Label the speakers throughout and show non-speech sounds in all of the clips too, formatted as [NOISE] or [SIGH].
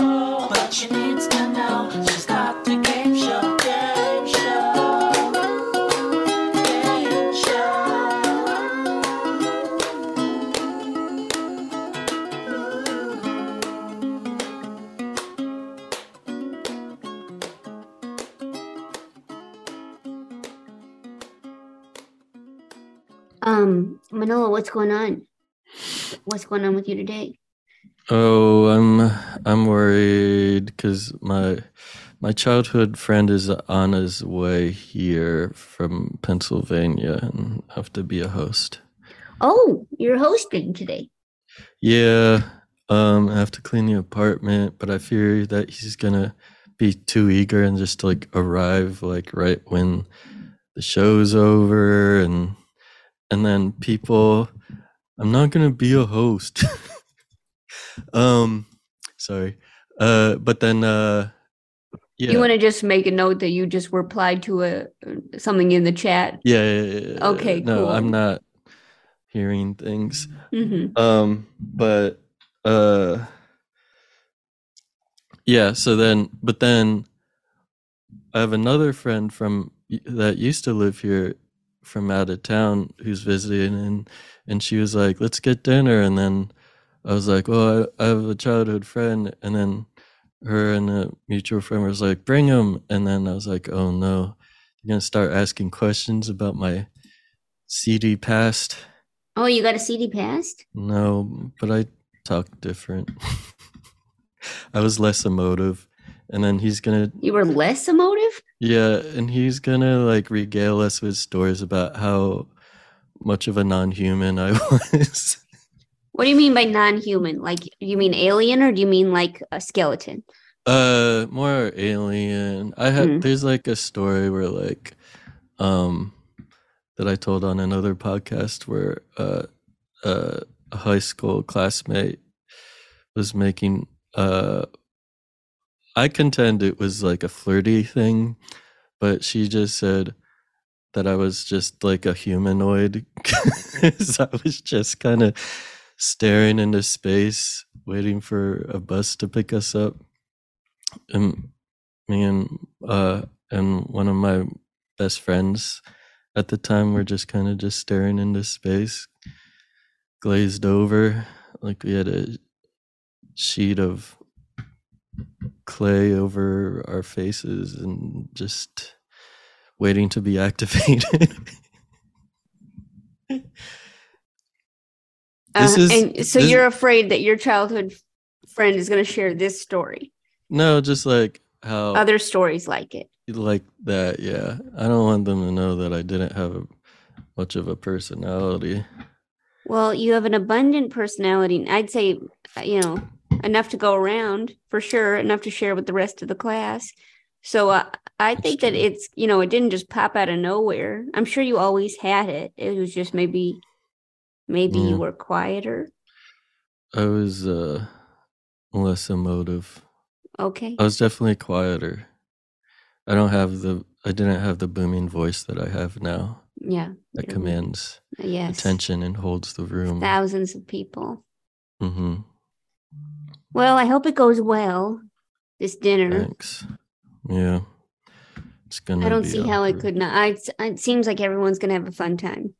Speaker 1: what she needs to know. She's got the game show, game show, game show.
Speaker 2: Um, Manolo, what's going on? What's going on with you today?
Speaker 3: Oh, I'm I'm worried because my my childhood friend is on his way here from Pennsylvania and I have to be a host.
Speaker 2: Oh, you're hosting today.
Speaker 3: Yeah, um, I have to clean the apartment, but I fear that he's gonna be too eager and just like arrive like right when the show's over and and then people I'm not gonna be a host. [LAUGHS] um sorry. Uh but then uh yeah.
Speaker 2: You want to just make a note that you just replied to a something in the chat.
Speaker 3: yeah, yeah, yeah, yeah,
Speaker 2: Okay,
Speaker 3: No,
Speaker 2: cool.
Speaker 3: I'm not hearing things.
Speaker 2: hmm
Speaker 3: um but uh yeah so then but then i have another friend from that used to live here from out of town who's visiting and and she was like let's get dinner and then i was like well i, I have a childhood friend and then her and a mutual friend was like bring him and then i was like oh no you're gonna start asking questions about my cd past
Speaker 2: Oh, you got a CD passed?
Speaker 3: no, but I talk different. [LAUGHS] I was less emotive. And then he's gonna,
Speaker 2: You were less emotive?
Speaker 3: yeah, and he's gonna like regale us with stories about how much of a non human I [LAUGHS] was.
Speaker 2: What do you mean by non-human? Like, you mean alien or do you mean like a skeleton?
Speaker 3: Uh, more alien. I had,
Speaker 2: Hmm.
Speaker 3: there's like a story where like, um, that I told on another podcast where, uh, uh, a high school classmate was making uh I contend it was like a flirty thing, but she just said that I was just like a humanoid [LAUGHS] 'cause I was just kind of staring into space waiting for a bus to pick us up. And me and uh and one of my best friends at the time were just kind of just staring into space glazed over like we had a sheet of clay over our faces and just waiting to be [LAUGHS] activated This is-
Speaker 2: Uh, and so
Speaker 3: this-
Speaker 2: you're afraid that your childhood friend is going to share this story,
Speaker 3: no just like how
Speaker 2: other stories like it.
Speaker 3: like that yeah i don't want them to know that i didn't have a, much of a personality
Speaker 2: Well, you have an abundant personality. and I'd say, uh, you know, enough to go around for sure, enough to share with the rest of the class. So uh, I
Speaker 3: That's
Speaker 2: think that
Speaker 3: true.
Speaker 2: it's, you know, it didn't just pop out of nowhere. I'm sure you always had it. It was just maybe, maybe
Speaker 3: Yeah.
Speaker 2: you were quieter.
Speaker 3: i was uh less emotive
Speaker 2: Okay.
Speaker 3: I was definitely quieter. I don't have the I didn't have the booming voice that I have now
Speaker 2: yeah.
Speaker 3: that
Speaker 2: Yeah.
Speaker 3: commands
Speaker 2: Yes.
Speaker 3: attention and holds the room.
Speaker 2: Thousands of people.
Speaker 3: hmm
Speaker 2: Well, I hope it goes well. This dinner.
Speaker 3: Thanks. Yeah. It's gonna
Speaker 2: I don't
Speaker 3: be
Speaker 2: see how it
Speaker 3: awkward.
Speaker 2: could not. I, it seems like everyone's going to have a fun time.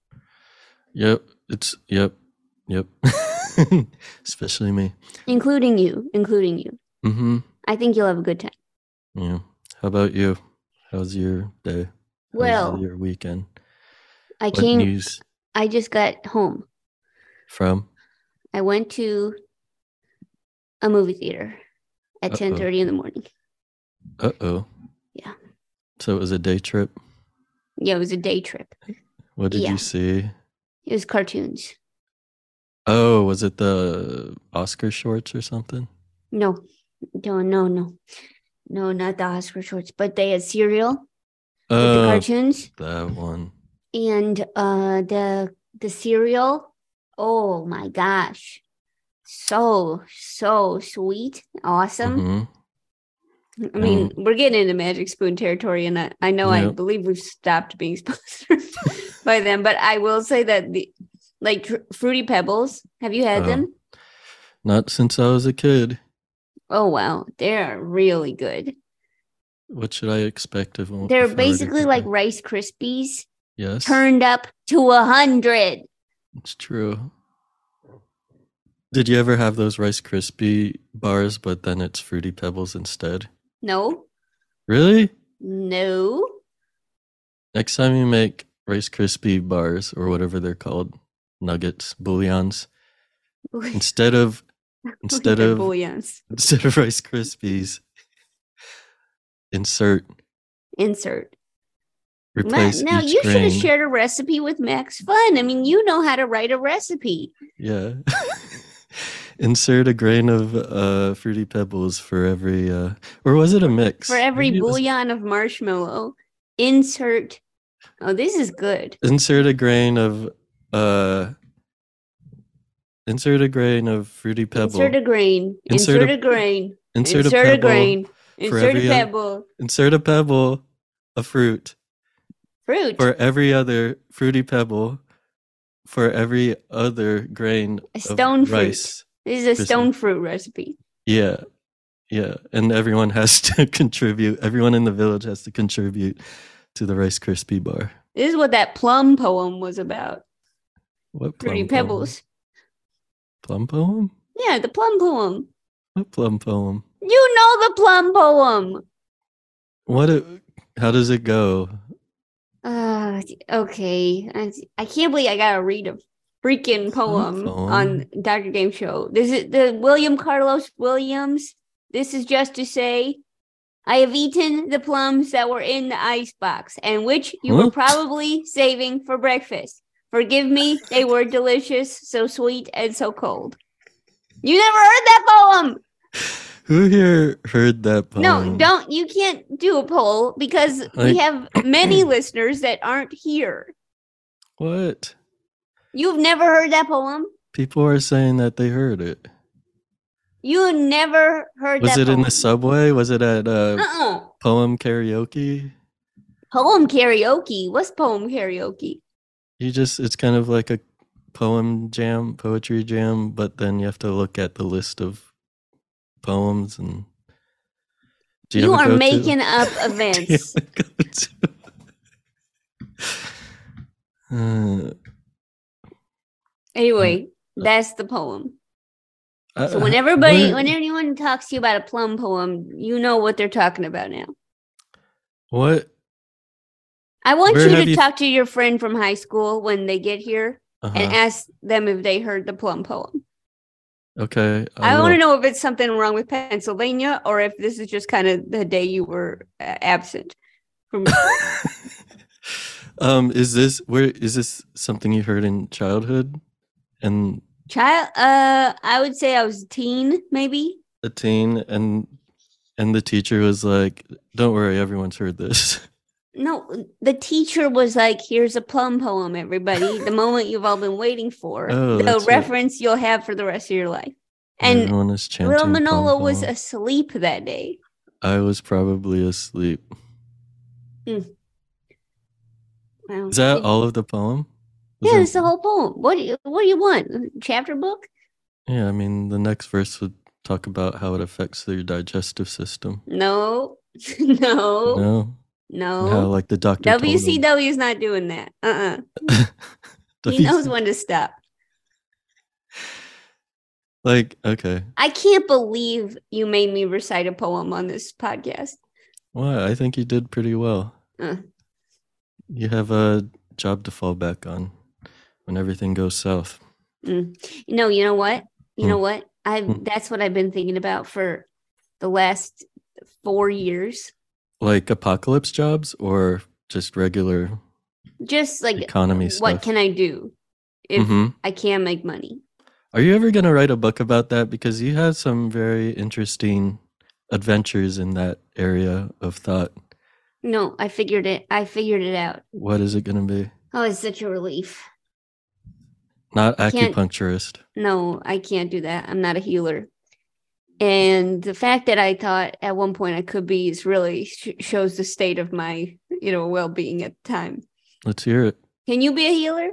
Speaker 3: Yep. It's yep. Yep. [LAUGHS] Especially me.
Speaker 2: including you, including you.
Speaker 3: Mm-hmm.
Speaker 2: I think you'll have a good time.
Speaker 3: Yeah. How about you? How's your day? How's
Speaker 2: Well,
Speaker 3: your weekend?
Speaker 2: I
Speaker 3: What
Speaker 2: came.
Speaker 3: news
Speaker 2: I just got home.
Speaker 3: from?
Speaker 2: I went to a movie theater at
Speaker 3: Uh-oh.
Speaker 2: ten thirty in the morning.
Speaker 3: Uh oh.
Speaker 2: Yeah.
Speaker 3: So it was a day trip.
Speaker 2: Yeah, it was a day trip.
Speaker 3: What did
Speaker 2: Yeah.
Speaker 3: you see?
Speaker 2: It was cartoons.
Speaker 3: Oh, was it the Oscar shorts or something?
Speaker 2: No, no, no, no, no, not the Oscar shorts, but they had cereal with the
Speaker 3: Oh,
Speaker 2: cartoons
Speaker 3: that one.
Speaker 2: and uh the the cereal. Oh my gosh, so so sweet, awesome.
Speaker 3: Mhm.
Speaker 2: I mean, we're getting into Magic Spoon territory, and I, I know I
Speaker 3: Mm. Yep.
Speaker 2: believe we've stopped being [LAUGHS] sponsored by them, but I will say that the
Speaker 3: Uh.
Speaker 2: like tr- Fruity Pebbles, have you had
Speaker 3: Uh-huh.
Speaker 2: them?
Speaker 3: Not since I was a kid.
Speaker 2: Oh wow, they're really good.
Speaker 3: What should I expect of them?
Speaker 2: They're basically like Rice Krispies
Speaker 3: yes,
Speaker 2: turned up to a hundred.
Speaker 3: it's true. Did you ever have those Rice Krispie bars, but then it's Fruity Pebbles instead?
Speaker 2: No,
Speaker 3: Really?
Speaker 2: no.
Speaker 3: Next time you make Rice Krispie bars or whatever they're called, nuggets,
Speaker 2: [LAUGHS]
Speaker 3: bouillons, instead of instead
Speaker 2: They're
Speaker 3: of-
Speaker 2: bouillons.
Speaker 3: instead of Rice Krispies, insert
Speaker 2: insert. Ma-
Speaker 3: replace
Speaker 2: now
Speaker 3: each
Speaker 2: you should
Speaker 3: grain.
Speaker 2: have shared a recipe with Max Fun. I mean, you know how to write a recipe.
Speaker 3: Yeah. [LAUGHS] Insert a grain of uh, fruity pebbles for every, uh, or was it a mix?
Speaker 2: For every
Speaker 3: Maybe it was-
Speaker 2: bouillon of marshmallow, insert. Oh, this is good.
Speaker 3: Insert a grain of, uh, insert a grain of fruity pebble.
Speaker 2: Insert a grain.
Speaker 3: Insert
Speaker 2: Insert,
Speaker 3: a-
Speaker 2: a, grain.
Speaker 3: Insert
Speaker 2: Insert,
Speaker 3: a
Speaker 2: a,
Speaker 3: pebble.
Speaker 2: grain. Insert
Speaker 3: every
Speaker 2: a
Speaker 3: un-
Speaker 2: pebble.
Speaker 3: Insert a pebble, a fruit
Speaker 2: Fruit.
Speaker 3: for every other fruity pebble, for every other grain
Speaker 2: A stone
Speaker 3: of
Speaker 2: fruit.
Speaker 3: rice.
Speaker 2: this is a
Speaker 3: this
Speaker 2: stone fruit recipe.
Speaker 3: Yeah. Yeah. And everyone has to [LAUGHS] contribute. Everyone in the village has to contribute to the Rice Krispie bar.
Speaker 2: This is what that plum poem was about.
Speaker 3: What
Speaker 2: Fruity
Speaker 3: plum poem?
Speaker 2: pebbles.
Speaker 3: Plum poem?
Speaker 2: Yeah, the plum poem.
Speaker 3: What plum poem?
Speaker 2: You know the plum poem.
Speaker 3: What? It, how does it go?
Speaker 2: Uh, okay. I, I can't believe I gotta read a freaking poem on Dr. Game Show. This is the William Carlos Williams. This is just to say, I have eaten the plums that were in the icebox and which you
Speaker 3: Huh?
Speaker 2: were probably saving for breakfast. Forgive me, they were delicious, so sweet and so cold. You never heard that poem.
Speaker 3: Who here heard that poem?
Speaker 2: No, don't. You can't do a poll because
Speaker 3: I-
Speaker 2: we have
Speaker 3: [CLEARS THROAT]
Speaker 2: many listeners that aren't here.
Speaker 3: What?
Speaker 2: You've never heard that poem?
Speaker 3: People are saying that they heard it.
Speaker 2: You never heard
Speaker 3: Was
Speaker 2: that
Speaker 3: it in the
Speaker 2: poem.
Speaker 3: subway? Was it at uh,
Speaker 2: Uh-uh.
Speaker 3: poem karaoke?
Speaker 2: Poem karaoke. What's poem karaoke?
Speaker 3: You just, it's kind of like a poem jam, poetry jam, but then you have to look at the list of poems and. Do
Speaker 2: You
Speaker 3: ever
Speaker 2: are
Speaker 3: go to-
Speaker 2: making
Speaker 3: [LAUGHS]
Speaker 2: up
Speaker 3: do you
Speaker 2: events.
Speaker 3: ever go to- Uh,
Speaker 2: Anyway,
Speaker 3: Mm.
Speaker 2: that's the poem.
Speaker 3: I-
Speaker 2: So when everybody,
Speaker 3: what-
Speaker 1: Uh,
Speaker 2: when anyone talks to you about a plum poem, you know what they're talking about now.
Speaker 3: What?
Speaker 2: I want
Speaker 3: Where
Speaker 2: you
Speaker 3: have
Speaker 2: to
Speaker 3: you-
Speaker 2: talk to your friend from high school when they get here and
Speaker 3: Uh-huh.
Speaker 2: ask them if they heard the plum poem.
Speaker 3: Okay.
Speaker 2: I want
Speaker 3: will.
Speaker 2: to know if it's something wrong with Pennsylvania or if this is just kind of the day you were uh, absent
Speaker 3: [LAUGHS]
Speaker 2: from
Speaker 3: um, is this where is this something you heard in childhood and
Speaker 2: Child, uh, I would say I was a teen, maybe.
Speaker 3: a teen and and the teacher was like, Don't worry, everyone's heard this. [LAUGHS]
Speaker 2: No, the teacher was like, "Here's a plum poem, everybody.
Speaker 3: [LAUGHS]
Speaker 2: The moment you've all been waiting for,
Speaker 3: Oh,
Speaker 2: the
Speaker 3: that's it.
Speaker 2: reference you'll have for the rest of your life." And
Speaker 3: everyone is chanting.
Speaker 2: Little Manola
Speaker 3: "Pom
Speaker 2: was
Speaker 3: pom."
Speaker 2: asleep that day.
Speaker 3: I was probably asleep.
Speaker 2: Hmm. Wow.
Speaker 3: Is that
Speaker 2: Did-
Speaker 3: all of the poem? Was
Speaker 2: Yeah,
Speaker 3: there-
Speaker 2: it's the whole poem. What do you What do you want? A Chapter book?
Speaker 3: yeah, I mean the next verse would talk about how it affects their digestive system.
Speaker 2: No, [LAUGHS] no,
Speaker 3: No.
Speaker 2: no.
Speaker 3: and How like the doctor told them.
Speaker 2: WCW is not doing that. Uh, uh He knows when to stop.
Speaker 3: like okay.
Speaker 2: I can't believe you made me recite a poem on this podcast.
Speaker 3: Well, I think you did pretty well.
Speaker 2: Uh.
Speaker 3: You have a job to fall back on when everything goes south.
Speaker 2: No, Mm. you know what? You know
Speaker 3: Hmm.
Speaker 2: what? I
Speaker 3: Hmm.
Speaker 2: have that's what I've been thinking about for the last four years.
Speaker 3: Like apocalypse jobs or just regular
Speaker 2: Just like
Speaker 3: economy
Speaker 2: what
Speaker 3: stuff.
Speaker 2: can I do if
Speaker 3: Mhm.
Speaker 2: I can't make money?
Speaker 3: Are you ever going to write a book about that because you had some very interesting adventures in that area of thought.
Speaker 2: No, I figured it. I figured it out.
Speaker 3: What is it going to be?
Speaker 2: Oh, it's such a relief.
Speaker 3: Not
Speaker 2: Can't-
Speaker 3: acupuncturist.
Speaker 2: No, I can't do that. I'm not a healer. And the fact that I thought at one point I could be is really sh- shows the state of my, you know, well-being at the time.
Speaker 3: Let's hear it.
Speaker 2: Can you be a healer?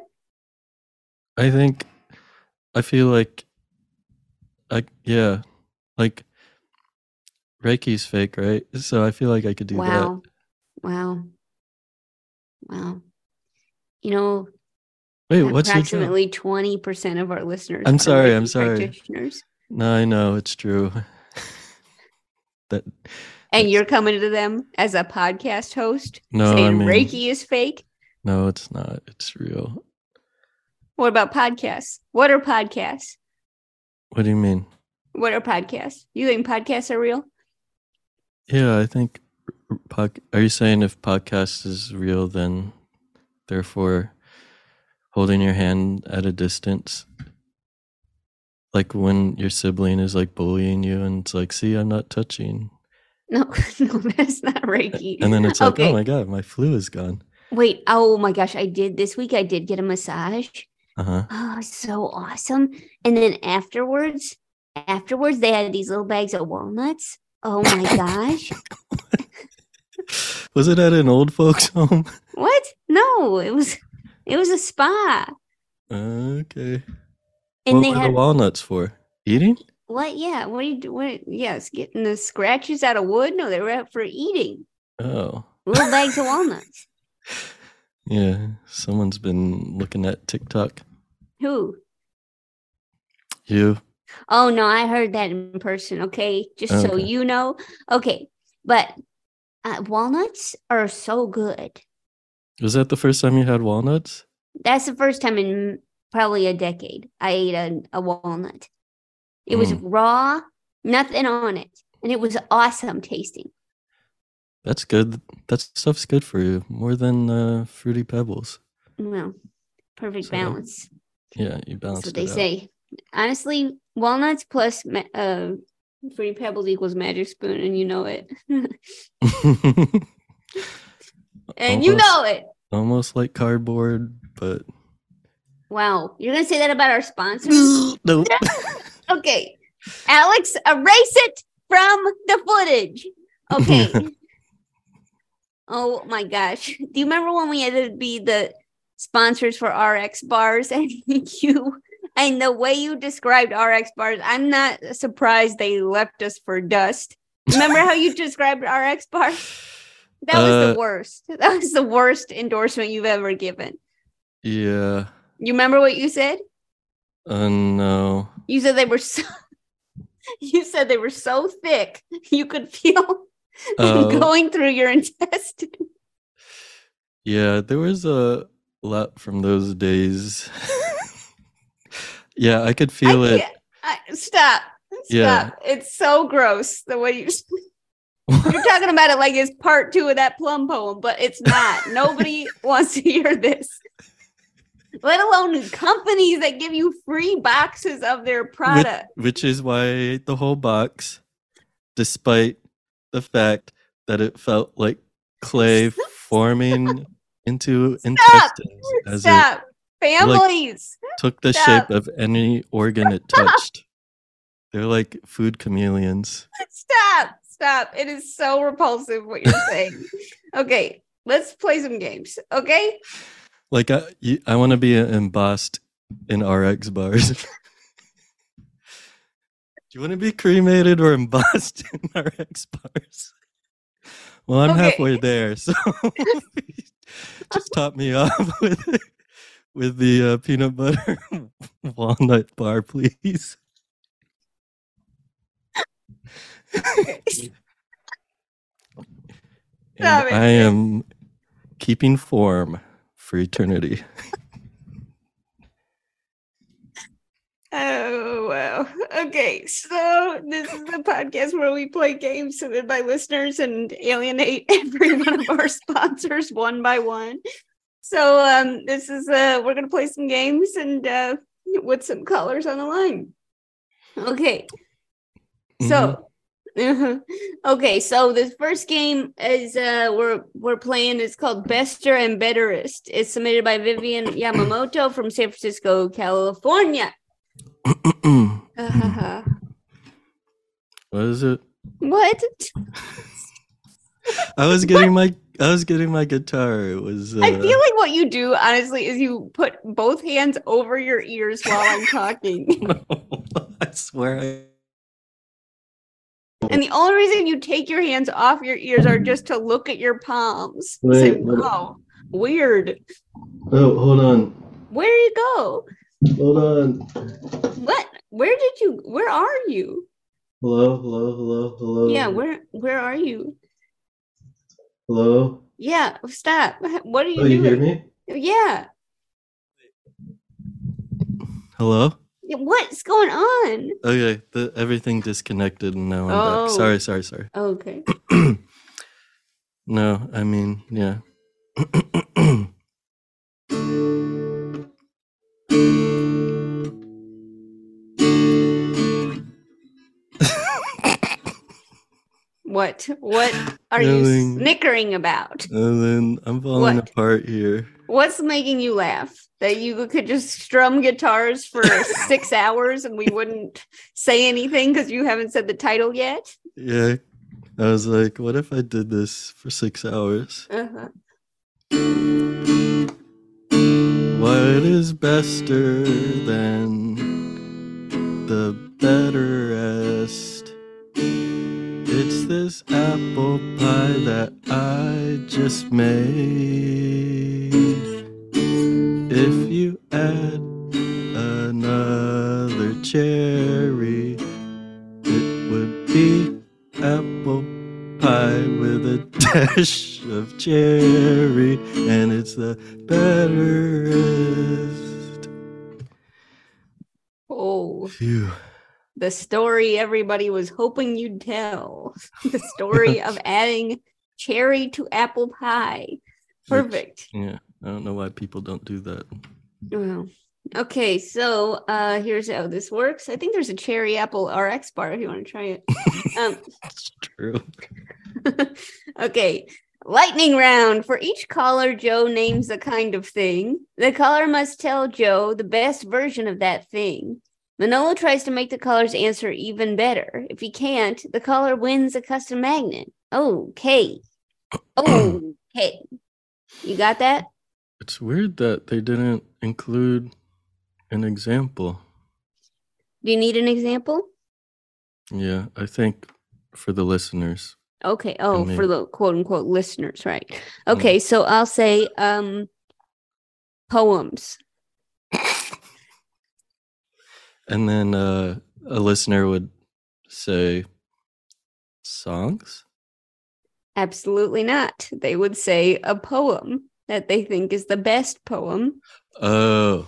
Speaker 3: I think I feel like I yeah, like Reiki's fake, right? So I feel like I could do
Speaker 2: wow. Wow. Wow. You know,
Speaker 3: that. Wait, what's your job?
Speaker 2: approximately 20% of our listeners.
Speaker 3: I'm
Speaker 2: are
Speaker 3: sorry,
Speaker 2: Reiki
Speaker 3: I'm sorry.
Speaker 2: practitioners,
Speaker 3: No, I know it's true. that
Speaker 2: And
Speaker 3: Yes.
Speaker 2: you're coming to them as a podcast host
Speaker 3: no,
Speaker 2: saying
Speaker 3: I mean,
Speaker 2: Reiki is fake.
Speaker 3: no, it's not. It's real.
Speaker 2: What about podcasts? What are podcasts?
Speaker 3: What do you mean?
Speaker 2: What are podcasts? You think podcasts are real? [LAUGHS]
Speaker 3: Yeah, I think. r- Pod, are you saying if podcast is real, then therefore holding your hand at a distance, like when your sibling is like bullying you and it's like, "See, I'm not touching,"
Speaker 2: No, no, that's not Reiki.
Speaker 3: and then it's like,
Speaker 2: Okay.
Speaker 3: "Oh my god, my flu is gone."
Speaker 2: Wait, oh my gosh, I did this week. I did get a massage.
Speaker 3: Uh huh.
Speaker 2: Oh, so awesome. And then afterwards, afterwards, they had these little bags of walnuts. Oh my gosh.
Speaker 3: Was it at an old folks' [LAUGHS] home?
Speaker 2: What? No, it was it was a spa.
Speaker 3: okay.
Speaker 2: And
Speaker 3: what
Speaker 2: they
Speaker 3: were
Speaker 2: had
Speaker 3: the walnuts for? Eating?
Speaker 2: what yeah, what do you do what yes, getting the scratches out of wood? No, they were out for eating.
Speaker 3: Oh.
Speaker 2: Little bags of walnuts.
Speaker 3: Yeah, someone's been looking at TikTok.
Speaker 2: Who?
Speaker 3: You?
Speaker 2: Oh no, I heard that in person. Okay, just so
Speaker 3: Okay.
Speaker 2: you know. Okay, but uh, walnuts are so good.
Speaker 3: Was that the first time you had walnuts?
Speaker 2: That's the first time in probably a decade I ate a, a walnut. It was
Speaker 3: Mm.
Speaker 2: raw, nothing on it, and it was awesome tasting.
Speaker 3: That's good. That stuff's good for you more than uh, fruity pebbles.
Speaker 2: Well, perfect
Speaker 3: So,
Speaker 2: balance.
Speaker 3: Yeah, you balance
Speaker 2: That's what
Speaker 3: it
Speaker 2: they
Speaker 3: out.
Speaker 2: say. Honestly, walnuts plus ma- uh, fruity pebbles equals magic spoon, and you know
Speaker 3: [LAUGHS]
Speaker 2: it, and you
Speaker 3: Almost-
Speaker 2: know it.
Speaker 3: Almost like cardboard, but
Speaker 2: Wow, you're gonna say that about our sponsors?
Speaker 3: [LAUGHS] nope.
Speaker 2: Okay, Alex, erase it from the footage. Okay.
Speaker 1: [LAUGHS]
Speaker 2: oh my gosh. [LAUGHS] Do you remember when we had to be the sponsors for RX bars [LAUGHS] and you and the way you described RX bars, [LAUGHS] I'm not surprised they left us for dust. Remember how you described RX bars? That was
Speaker 3: Uh,
Speaker 2: the worst. [LAUGHS] That was the worst endorsement you've ever given.
Speaker 3: yeah.
Speaker 2: You remember what you said?
Speaker 3: Uh, no.
Speaker 2: You said they were so. [LAUGHS] You said they were so thick you could feel [LAUGHS] them
Speaker 3: Oh.
Speaker 2: going through your [LAUGHS] intestine.
Speaker 3: Yeah, there was a lot from those days. [LAUGHS] yeah, I could feel
Speaker 2: I
Speaker 3: it.
Speaker 2: can't- I, stop. Stop.
Speaker 3: Yeah.
Speaker 2: It's so gross the way you.
Speaker 3: [LAUGHS]
Speaker 2: You're talking about it like it's part two of that plum poem, but it's not.
Speaker 3: [LAUGHS]
Speaker 2: Nobody wants to hear this. Let alone companies that give you free boxes of their product.
Speaker 3: which is why I ate the whole box, despite the fact that it felt like
Speaker 2: [LAUGHS]
Speaker 3: clay forming into intestines as
Speaker 2: Stop. Families.
Speaker 3: it took the
Speaker 2: Stop.
Speaker 3: shape of any organ it touched. They're like food chameleons.
Speaker 2: [LAUGHS] Stop. Stop. It is so repulsive what you're
Speaker 3: [LAUGHS]
Speaker 2: saying. okay. Let's play some games. Okay.
Speaker 3: Like I, you- I want to be embossed in RX bars. [LAUGHS] Do you want to be cremated or embossed [LAUGHS] in RX bars? Well, I'm
Speaker 2: Okay.
Speaker 3: halfway there, [LAUGHS] so just top me off [LAUGHS] with with the uh, peanut butter [LAUGHS] walnut bar, please. And
Speaker 2: Stop it.
Speaker 3: I am keeping form for eternity. [CLEARS THROAT]
Speaker 2: Oh, wow. Okay. So, this is the podcast where we play games submitted by listeners and alienate [LAUGHS] every one of our sponsors one by one. So, um, this is, uh, we're going to play some games and, uh, with some colors on the line. Okay. So, okay, so this first game is uh we're we're playing is called Bester and Betterest. It's submitted by Vivian Yamamoto from San Francisco, California. [LAUGHS]
Speaker 3: Mhm. what is it?
Speaker 2: what?
Speaker 3: I was getting my I was getting my guitar. It was uh,
Speaker 2: I
Speaker 3: [LAUGHS]
Speaker 2: feel like what you do honestly is you put both hands over your
Speaker 3: [LAUGHS]
Speaker 2: ears while I'm talking.
Speaker 3: I swear I
Speaker 2: And the only reason you take your hands off your ears are just to look at your palms. It's
Speaker 3: Wait,
Speaker 2: like,
Speaker 3: what-
Speaker 2: wow, weird.
Speaker 3: Oh, hold on.
Speaker 2: Where do you go?
Speaker 3: Hold on.
Speaker 2: What? Where did you? Where are you?
Speaker 3: Hello, hello, hello, hello.
Speaker 2: Yeah, where? Where are you?
Speaker 3: Hello.
Speaker 2: Yeah, stop. [LAUGHS] What are you
Speaker 3: Oh, you hear
Speaker 2: doing?
Speaker 3: me?
Speaker 2: Yeah.
Speaker 3: Hello?
Speaker 2: What's going on?
Speaker 3: Okay, the, everything disconnected and now I'm
Speaker 2: Oh.
Speaker 3: back. Sorry, sorry, sorry.
Speaker 2: Okay.
Speaker 3: No, I mean, yeah.
Speaker 2: What? What are you
Speaker 3: Nothing.
Speaker 2: snickering about?
Speaker 3: and then I'm falling
Speaker 2: What?
Speaker 3: apart here.
Speaker 2: What's making you laugh? That you could just strum guitars for six hours and we wouldn't say anything because you haven't said the title yet?
Speaker 3: Yeah. I was like, what if I did this for six hours?
Speaker 2: Uh-huh.
Speaker 3: What is bester than the betterest? It's this apple pie that I just made. If you add another cherry, it would be apple pie with a [LAUGHS] dash of cherry, and it's the betterest.
Speaker 2: Oh,
Speaker 3: Phew.
Speaker 2: the story everybody was hoping you'd tell. [LAUGHS] The story of adding cherry to apple pie. Perfect.
Speaker 3: Yeah, I don't know why people don't do that.
Speaker 2: Well, okay, so uh here's how this works. I think there's a cherry apple RX bar if you want to try it. Um
Speaker 3: It's true.
Speaker 2: okay. Lightning round. For each caller, Joe names a kind of thing. The caller must tell Joe the best version of that thing. Manolo tries to make the caller's answer even better. If he can't, the caller wins a custom magnet. Okay. Okay. You got that?
Speaker 3: It's weird that they didn't include an example.
Speaker 2: Do you need an example?
Speaker 3: Yeah, I think for the listeners.
Speaker 2: Okay. Oh, for
Speaker 3: maybe-
Speaker 2: the quote unquote listeners, right.
Speaker 3: Mm.
Speaker 2: Okay, so I'll say um poems.
Speaker 3: And then uh, a listener would say, songs?
Speaker 2: Absolutely not. They would say a poem that they think is the best poem.
Speaker 3: Oh,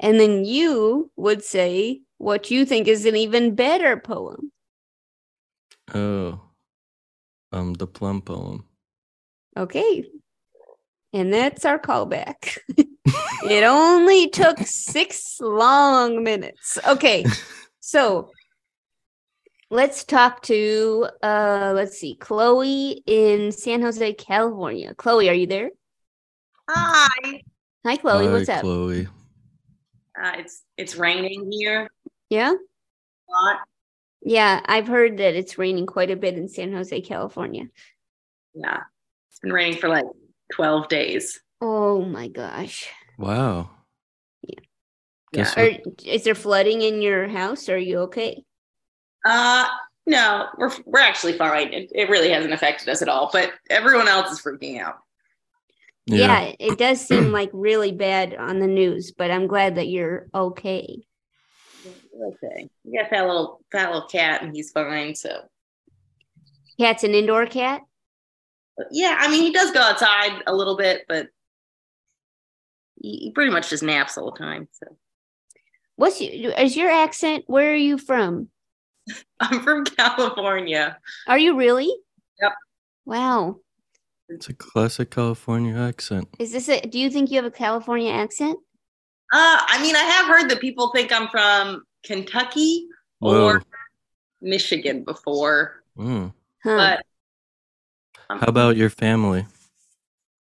Speaker 2: And then you would say what you think is an even better poem.
Speaker 3: oh. Um, the plum poem.
Speaker 2: Okay. And that's our callback. [LAUGHS] it only took six long minutes.
Speaker 3: [LAUGHS]
Speaker 2: Okay. So let's talk to, uh, let's see, Chloe in San Jose, California. Chloe, are you there?
Speaker 4: Hi.
Speaker 2: Hi, Chloe.
Speaker 3: Hi,
Speaker 2: what's up?
Speaker 3: Chloe.
Speaker 4: Uh, it's it's raining here
Speaker 2: Yeah.
Speaker 4: a lot.
Speaker 2: Yeah, I've heard that it's raining quite a bit in San Jose, California.
Speaker 4: Yeah, it's been raining for like twelve days.
Speaker 2: Oh my gosh.
Speaker 3: Wow.
Speaker 2: Yeah.
Speaker 3: Guess
Speaker 2: Are, is there flooding in your house? Are you okay?
Speaker 4: Uh, no, we're we're actually fine. It, it really hasn't affected us at all. But everyone else is freaking out.
Speaker 3: what?
Speaker 2: it does seem [CLEARS THROAT] like really bad on the news, but I'm glad that you're okay.
Speaker 4: Okay, we got that little that little cat, and he's fine. So
Speaker 2: Cat's an indoor cat.
Speaker 4: But yeah, I mean, he does go outside a little bit, but he, he pretty much just naps all the time. So
Speaker 2: What's your, is your accent? Where are you from?
Speaker 4: [LAUGHS] I'm from California.
Speaker 2: Are you really?
Speaker 4: Yep.
Speaker 2: Wow.
Speaker 3: It's a classic California accent.
Speaker 2: Is this a do you think you have a California accent?
Speaker 4: Uh, I mean, I have heard that people think I'm from Kentucky
Speaker 3: Whoa.
Speaker 4: or Michigan before.
Speaker 3: Mm.
Speaker 2: Huh.
Speaker 4: but um,
Speaker 3: How about your family?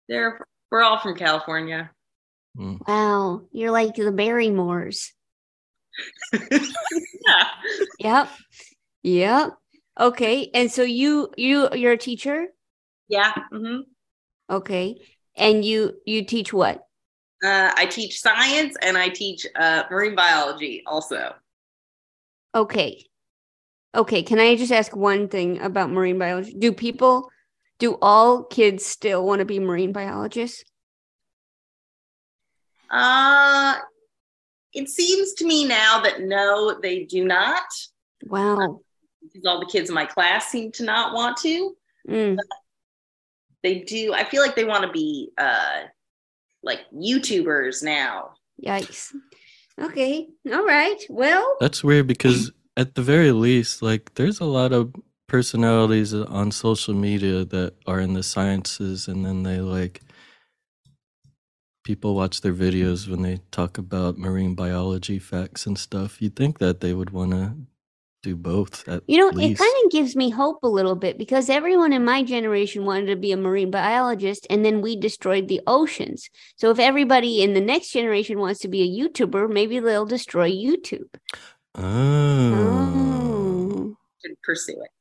Speaker 4: they're we're all from California.
Speaker 2: wow. You're like the Barrymores.
Speaker 4: [LAUGHS] Yeah.
Speaker 2: Yep. Yep. Okay. And so you you you're a teacher?
Speaker 4: Yeah. hmm
Speaker 2: Okay. And you you teach what?
Speaker 4: Uh, I teach science and I teach uh, marine biology also.
Speaker 2: Okay. Okay, can I just ask one thing about marine biology? Do people, do all kids still want to be marine biologists?
Speaker 4: Uh, it seems to me now that no, they do not,
Speaker 2: Wow.
Speaker 4: because all the kids in my class seem to not want to.
Speaker 2: Mm.
Speaker 4: They do. I feel like they want to be uh, like YouTubers now.
Speaker 2: Yikes. Okay. All right. Well,
Speaker 3: That's weird because at the very least, like there's a lot of personalities on social media that are in the sciences and then they like people watch their videos when they talk about marine biology facts and stuff. You'd think that they would want to do both at
Speaker 2: you know,
Speaker 3: least.
Speaker 2: it kind of gives me hope a little bit because everyone in my generation wanted to be a marine biologist and then we destroyed the oceans. So if everybody in the next generation wants to be a YouTuber, maybe they'll destroy YouTube.
Speaker 3: oh.
Speaker 2: Oh.
Speaker 4: Should pursue it.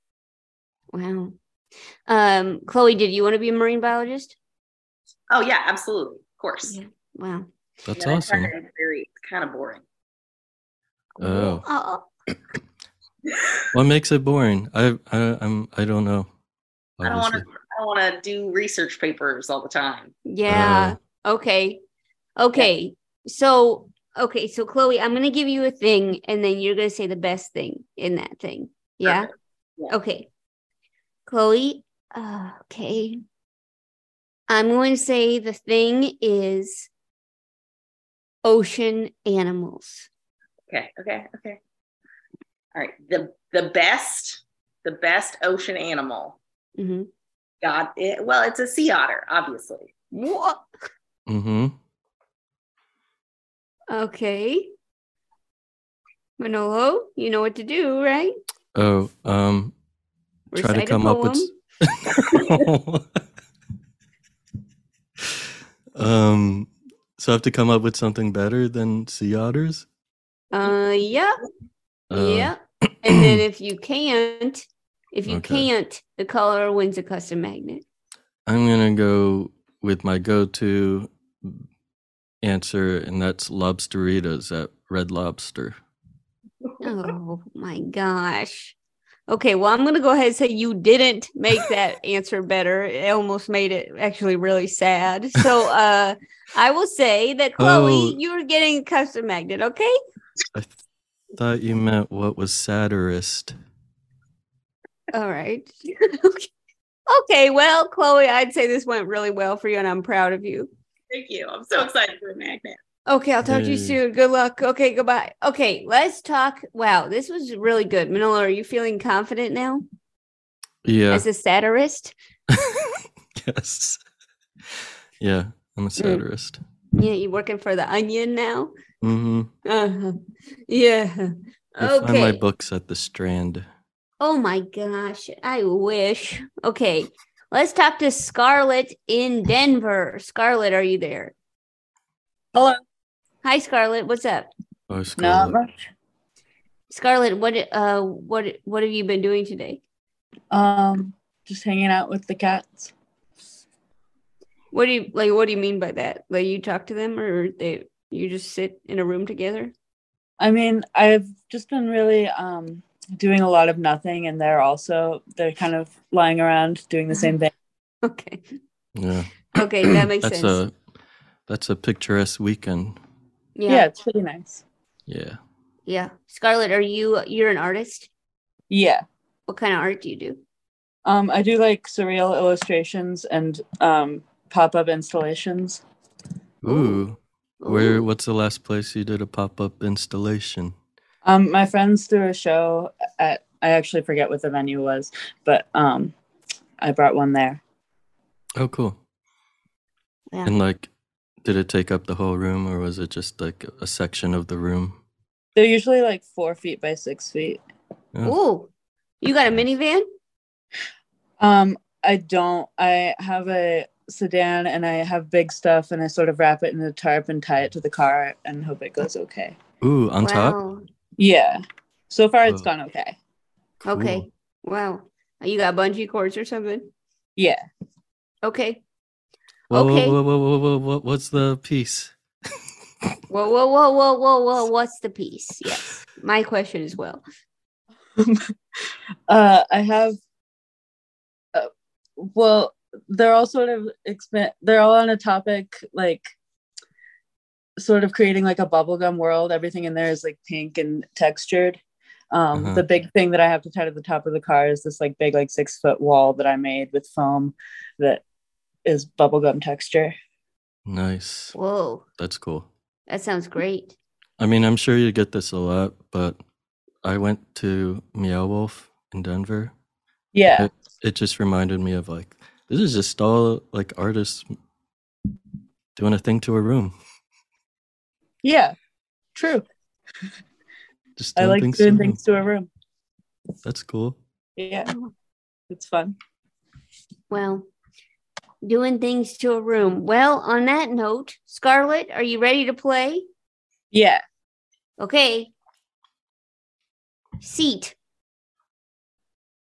Speaker 2: Wow. Um, Chloe, did you want to be a marine biologist?
Speaker 4: Oh yeah, absolutely, of course.
Speaker 2: Yeah. Wow.
Speaker 3: That's
Speaker 4: Yeah,
Speaker 3: awesome.
Speaker 4: kinda Very kind of boring.
Speaker 3: Oh.
Speaker 2: Oh,
Speaker 3: What makes it boring? I I I'm I don't know.
Speaker 4: I don't want to.
Speaker 3: obviously.
Speaker 4: I don't want to do research papers all the time.
Speaker 2: yeah.
Speaker 3: Uh,
Speaker 2: okay. Okay. So, okay. So, Chloe, I'm going to give you a thing and then you're going to say the best thing in that thing. Yeah.
Speaker 4: Perfect. Yeah.
Speaker 2: Okay. Chloe, uh, okay. I'm going to say the thing is ocean animals.
Speaker 4: Okay, okay, okay. All right. The the best, the best ocean animal.
Speaker 2: hmm
Speaker 4: God, it, well, it's a sea otter, obviously.
Speaker 2: What?
Speaker 1: Mm-hmm.
Speaker 3: Mhm.
Speaker 2: Okay. Manolo, you know what to do, right?
Speaker 3: Oh, um, try to
Speaker 2: Recite a
Speaker 3: come up with.
Speaker 2: poem.
Speaker 3: [LAUGHS] s- [LAUGHS] um, so I have to come up with something better than sea otters.
Speaker 2: Uh, yeah,
Speaker 3: Uh,
Speaker 2: yeah. And
Speaker 3: [CLEARS THROAT]
Speaker 2: then if you can't, if you
Speaker 3: Okay.
Speaker 2: can't, the color wins a custom magnet.
Speaker 3: I'm gonna go with my go-to answer, and that's lobsteritas at Red Lobster.
Speaker 2: Oh my gosh. Okay, well, I'm gonna go ahead and say you didn't make that answer better. It almost made it actually really sad. So, uh, I will say that Chloe,
Speaker 3: Oh.
Speaker 2: you were getting a custom magnet. Okay.
Speaker 3: I th- thought you meant what was satirist.
Speaker 2: All right. [LAUGHS] okay. okay. Well, Chloe, I'd say this went really well for you, and I'm proud of you.
Speaker 4: Thank you. I'm so excited for the magnet.
Speaker 2: Okay, I'll talk to you
Speaker 3: Yay.
Speaker 2: soon. Good luck. Okay, goodbye. Okay, let's talk. Wow, this was really good. Manolo, are you feeling confident now
Speaker 3: Yeah.
Speaker 2: as a satirist?
Speaker 3: [LAUGHS] yes. Yeah,
Speaker 2: Hmm.
Speaker 3: I'm a satirist.
Speaker 2: Yeah, you working for the Onion now?
Speaker 3: Mm-hmm.
Speaker 2: Uh-huh. Yeah.
Speaker 3: I find my
Speaker 2: Okay.
Speaker 3: books at the Strand.
Speaker 2: Oh my gosh, I wish. Okay, let's talk to Scarlett in Denver. Scarlett, are you there?
Speaker 5: Hello.
Speaker 2: Hi, Scarlett. What's up?
Speaker 3: Oh,
Speaker 5: Not
Speaker 3: Scarlet.
Speaker 5: much.
Speaker 2: Scarlett, what uh what what have you been doing today?
Speaker 5: Um, just hanging out with the cats.
Speaker 2: What do you like what do you mean by that? Like you talk to them or they you just sit in a room together?
Speaker 5: I mean, I've just been really um doing a lot of nothing, and they're also they're kind of lying around doing
Speaker 2: [LAUGHS]
Speaker 5: the same thing.
Speaker 2: Okay.
Speaker 3: Yeah.
Speaker 2: Okay, that makes
Speaker 3: that's
Speaker 2: sense.
Speaker 3: a that's a picturesque weekend.
Speaker 5: Yeah,
Speaker 2: yeah.
Speaker 5: it's pretty nice.
Speaker 3: Yeah.
Speaker 2: Yeah. Scarlett, are you you're an artist?
Speaker 5: Yeah.
Speaker 2: What kind of art do you do?
Speaker 5: Um, I do like surreal illustrations and um pop up installations.
Speaker 3: Ooh.
Speaker 2: Ooh.
Speaker 3: Where
Speaker 2: Ooh.
Speaker 3: what's the last place you did a pop up installation?
Speaker 5: Um, my friends threw a show at I actually forget what the venue was, but um, I brought one there.
Speaker 3: Oh cool.
Speaker 2: Yeah.
Speaker 3: And like did it take up the whole room or was it just like a section of the room?
Speaker 5: They're usually like four feet by six feet.
Speaker 3: Yeah.
Speaker 2: Ooh. You got a minivan?
Speaker 5: Um, I don't. I have a sedan and I have big stuff and I sort of wrap it in a tarp and tie it to the car and hope it goes okay.
Speaker 3: Ooh, on top?
Speaker 2: wow.
Speaker 5: Yeah. So far it's
Speaker 3: Oh.
Speaker 5: gone okay.
Speaker 3: Cool.
Speaker 2: Okay. Wow. Uh, You got bungee cords or something?
Speaker 5: Yeah.
Speaker 2: Okay.
Speaker 3: Whoa,
Speaker 2: Okay.
Speaker 3: whoa, whoa, whoa, whoa, whoa, what's the piece?
Speaker 2: Whoa, whoa, whoa, whoa, whoa, whoa. What's the piece? Yes. My question as well.
Speaker 5: [LAUGHS] uh, I have. Uh, well, they're all sort of expan- They're all on a topic like sort of creating like a bubblegum world. Everything in there is like pink and textured. Um,
Speaker 3: Uh-huh.
Speaker 5: The big thing that I have to tie to the top of the car is this like big like six foot wall that I made with foam that is bubblegum texture.
Speaker 3: Nice.
Speaker 2: Whoa,
Speaker 3: That's cool.
Speaker 2: that sounds great.
Speaker 3: I mean, I'm sure you get this a lot, but I went to Meow Wolf in Denver.
Speaker 5: Yeah.
Speaker 3: It just reminded me of like this is just all like artists doing a thing to a room.
Speaker 5: Yeah. True.
Speaker 3: Just
Speaker 5: I
Speaker 3: doing
Speaker 5: like
Speaker 3: things to a
Speaker 5: doing
Speaker 3: room.
Speaker 5: things to a room.
Speaker 3: That's cool.
Speaker 5: Yeah. It's fun.
Speaker 2: Well, doing things to a room. Well, on that note, Scarlett, are you ready to play?
Speaker 5: Yeah.
Speaker 2: Okay. Seat.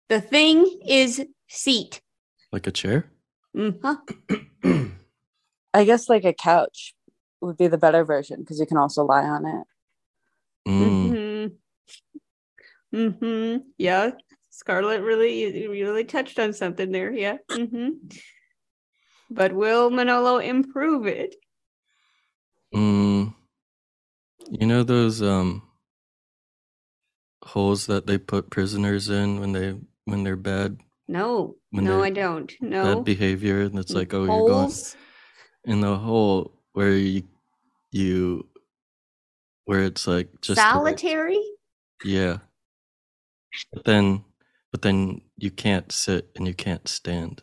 Speaker 2: The thing is seat.
Speaker 3: Like a chair.
Speaker 2: Mhm.
Speaker 5: I guess like a couch would be the better version because you can also lie on it.
Speaker 3: Mm.
Speaker 2: Mhm. Mhm. Yeah. Scarlett really you really touched on something there. Yeah. Mhm. But will Manolo improve it?
Speaker 3: Mm. You know those um holes that they put prisoners in when they when they're bad
Speaker 2: No.
Speaker 3: When
Speaker 2: no,
Speaker 3: they're
Speaker 2: I don't. No.
Speaker 3: bad behavior and it's like oh you're going
Speaker 2: Holes?
Speaker 3: in the hole where you you where it's like just the right-
Speaker 2: solitary?
Speaker 3: yeah but then but then you can't sit and you can't stand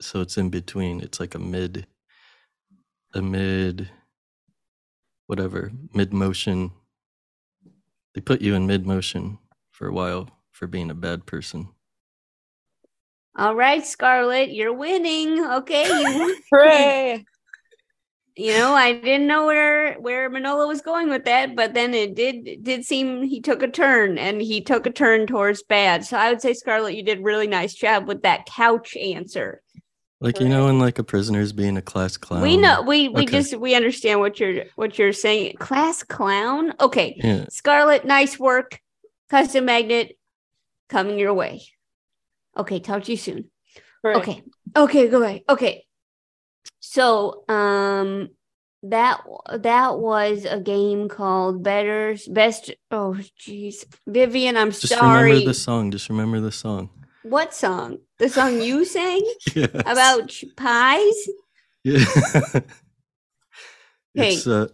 Speaker 3: so it's in between it's like a mid a mid whatever mid motion they put you in mid motion for a while for being a bad person
Speaker 2: All right, Scarlett, you're winning. Okay. You,
Speaker 5: Hooray!
Speaker 2: you know, I didn't know where where Manolo was going with that, but then it did it did seem he took a turn and he took a turn towards bad. So I would say Scarlett, you did a really nice job with that couch answer.
Speaker 3: like you know in like a prisoner's being a class clown
Speaker 2: we know we we
Speaker 3: Um, okay.
Speaker 2: just we understand what you're what you're saying. Class clown. Okay.
Speaker 3: yeah
Speaker 2: Scarlett, nice work. Custom magnet coming your way. Okay, talk to you soon.
Speaker 5: Hooray.
Speaker 2: Okay. Okay, go away. Okay. So, um that that was a game called Better Best Oh jeez. Vivian, I'm
Speaker 3: just
Speaker 2: sorry.
Speaker 3: remember the song just remember the song
Speaker 2: What song? The song you
Speaker 3: [LAUGHS]
Speaker 2: sang
Speaker 3: yeah
Speaker 2: about ch- pies?
Speaker 3: Yeah.
Speaker 2: Okay.
Speaker 3: [LAUGHS] It's uh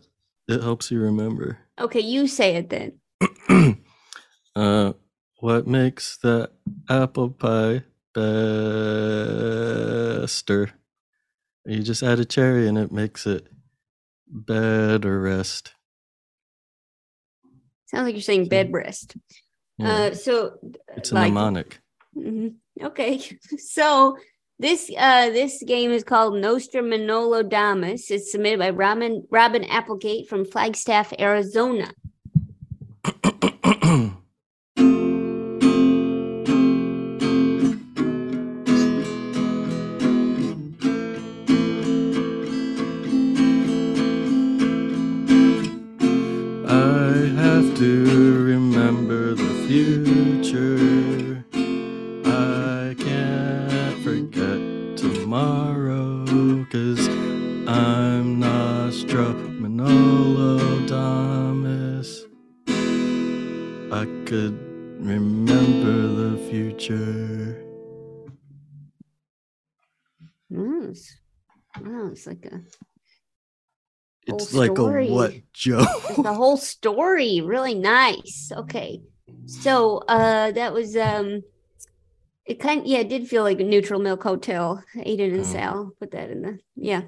Speaker 3: it helps you remember.
Speaker 2: Okay, you say it then.
Speaker 3: uh what makes the apple pie bester? You just add a cherry and it makes it better rest.
Speaker 2: Sounds like you're saying bed rest.
Speaker 3: Yeah,
Speaker 2: Uh so
Speaker 3: it's a
Speaker 2: like-
Speaker 3: mnemonic.
Speaker 2: Mhm. Okay. [LAUGHS] So this uh this game is called Nostra Manolo Damas. It's submitted by Robin Robin Applegate from Flagstaff, Arizona.
Speaker 3: I have to remember the future. I can't forget tomorrow, cause I'm Nostra Manolodamus. I could remember the future.
Speaker 2: Nice. Wow, it's like a
Speaker 3: It's
Speaker 2: Whole
Speaker 3: like
Speaker 2: story.
Speaker 3: a what Joe?
Speaker 2: it's the whole story. Really nice. Okay. So uh that was um it kind yeah, it did feel like a neutral milk hotel. Aiden and
Speaker 3: Mm.
Speaker 2: Sal put that in the yeah.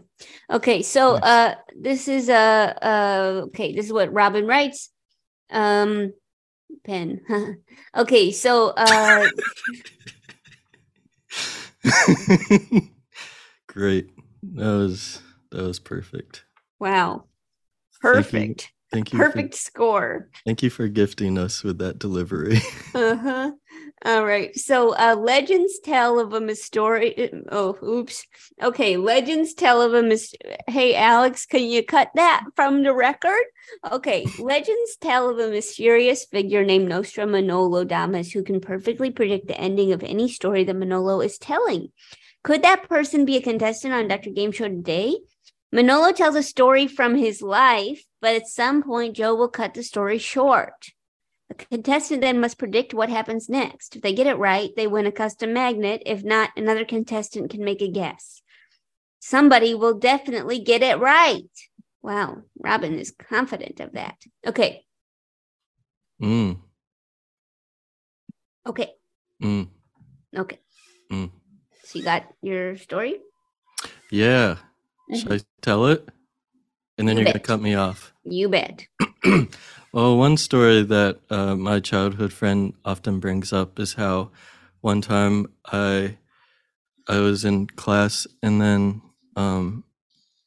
Speaker 2: Okay, so uh this is uh uh okay, this is what Robin writes. Um pen. [LAUGHS] okay, so uh [LAUGHS]
Speaker 3: Great. That was that was perfect.
Speaker 2: wow.
Speaker 3: Thank you.
Speaker 2: Perfect.
Speaker 3: Thank you. for-
Speaker 2: Perfect score.
Speaker 3: Thank you for gifting us with that delivery. [LAUGHS]
Speaker 2: Uh-huh. All right. So uh, legends tell of a mystery. Oh, oops. Okay. Legends tell of a mystery. Hey, Alex, can you cut that from the record? Okay. legends tell of a mysterious figure named Nostra Manolo Damas who can perfectly predict the ending of any story that Manolo is telling. Could that person be a contestant on Dr. Game Show today? Manolo tells a story from his life, but at some point, Joe will cut the story short. The contestant then must predict what happens next. If they get it right, they win a custom magnet. If not, another contestant can make a guess. Somebody will definitely get it right. Wow, Robin is confident of that. Okay,
Speaker 3: Mm,
Speaker 2: okay,
Speaker 3: mm,
Speaker 2: okay.
Speaker 3: mm.
Speaker 2: So you got your story?
Speaker 3: Yeah. Should I tell it? And then
Speaker 2: Mm-hmm. You
Speaker 3: you're going to
Speaker 2: bet.
Speaker 3: cut me off.
Speaker 2: You bet.
Speaker 3: well, one story that uh, my childhood friend often brings up is how one time I I was in class and then um,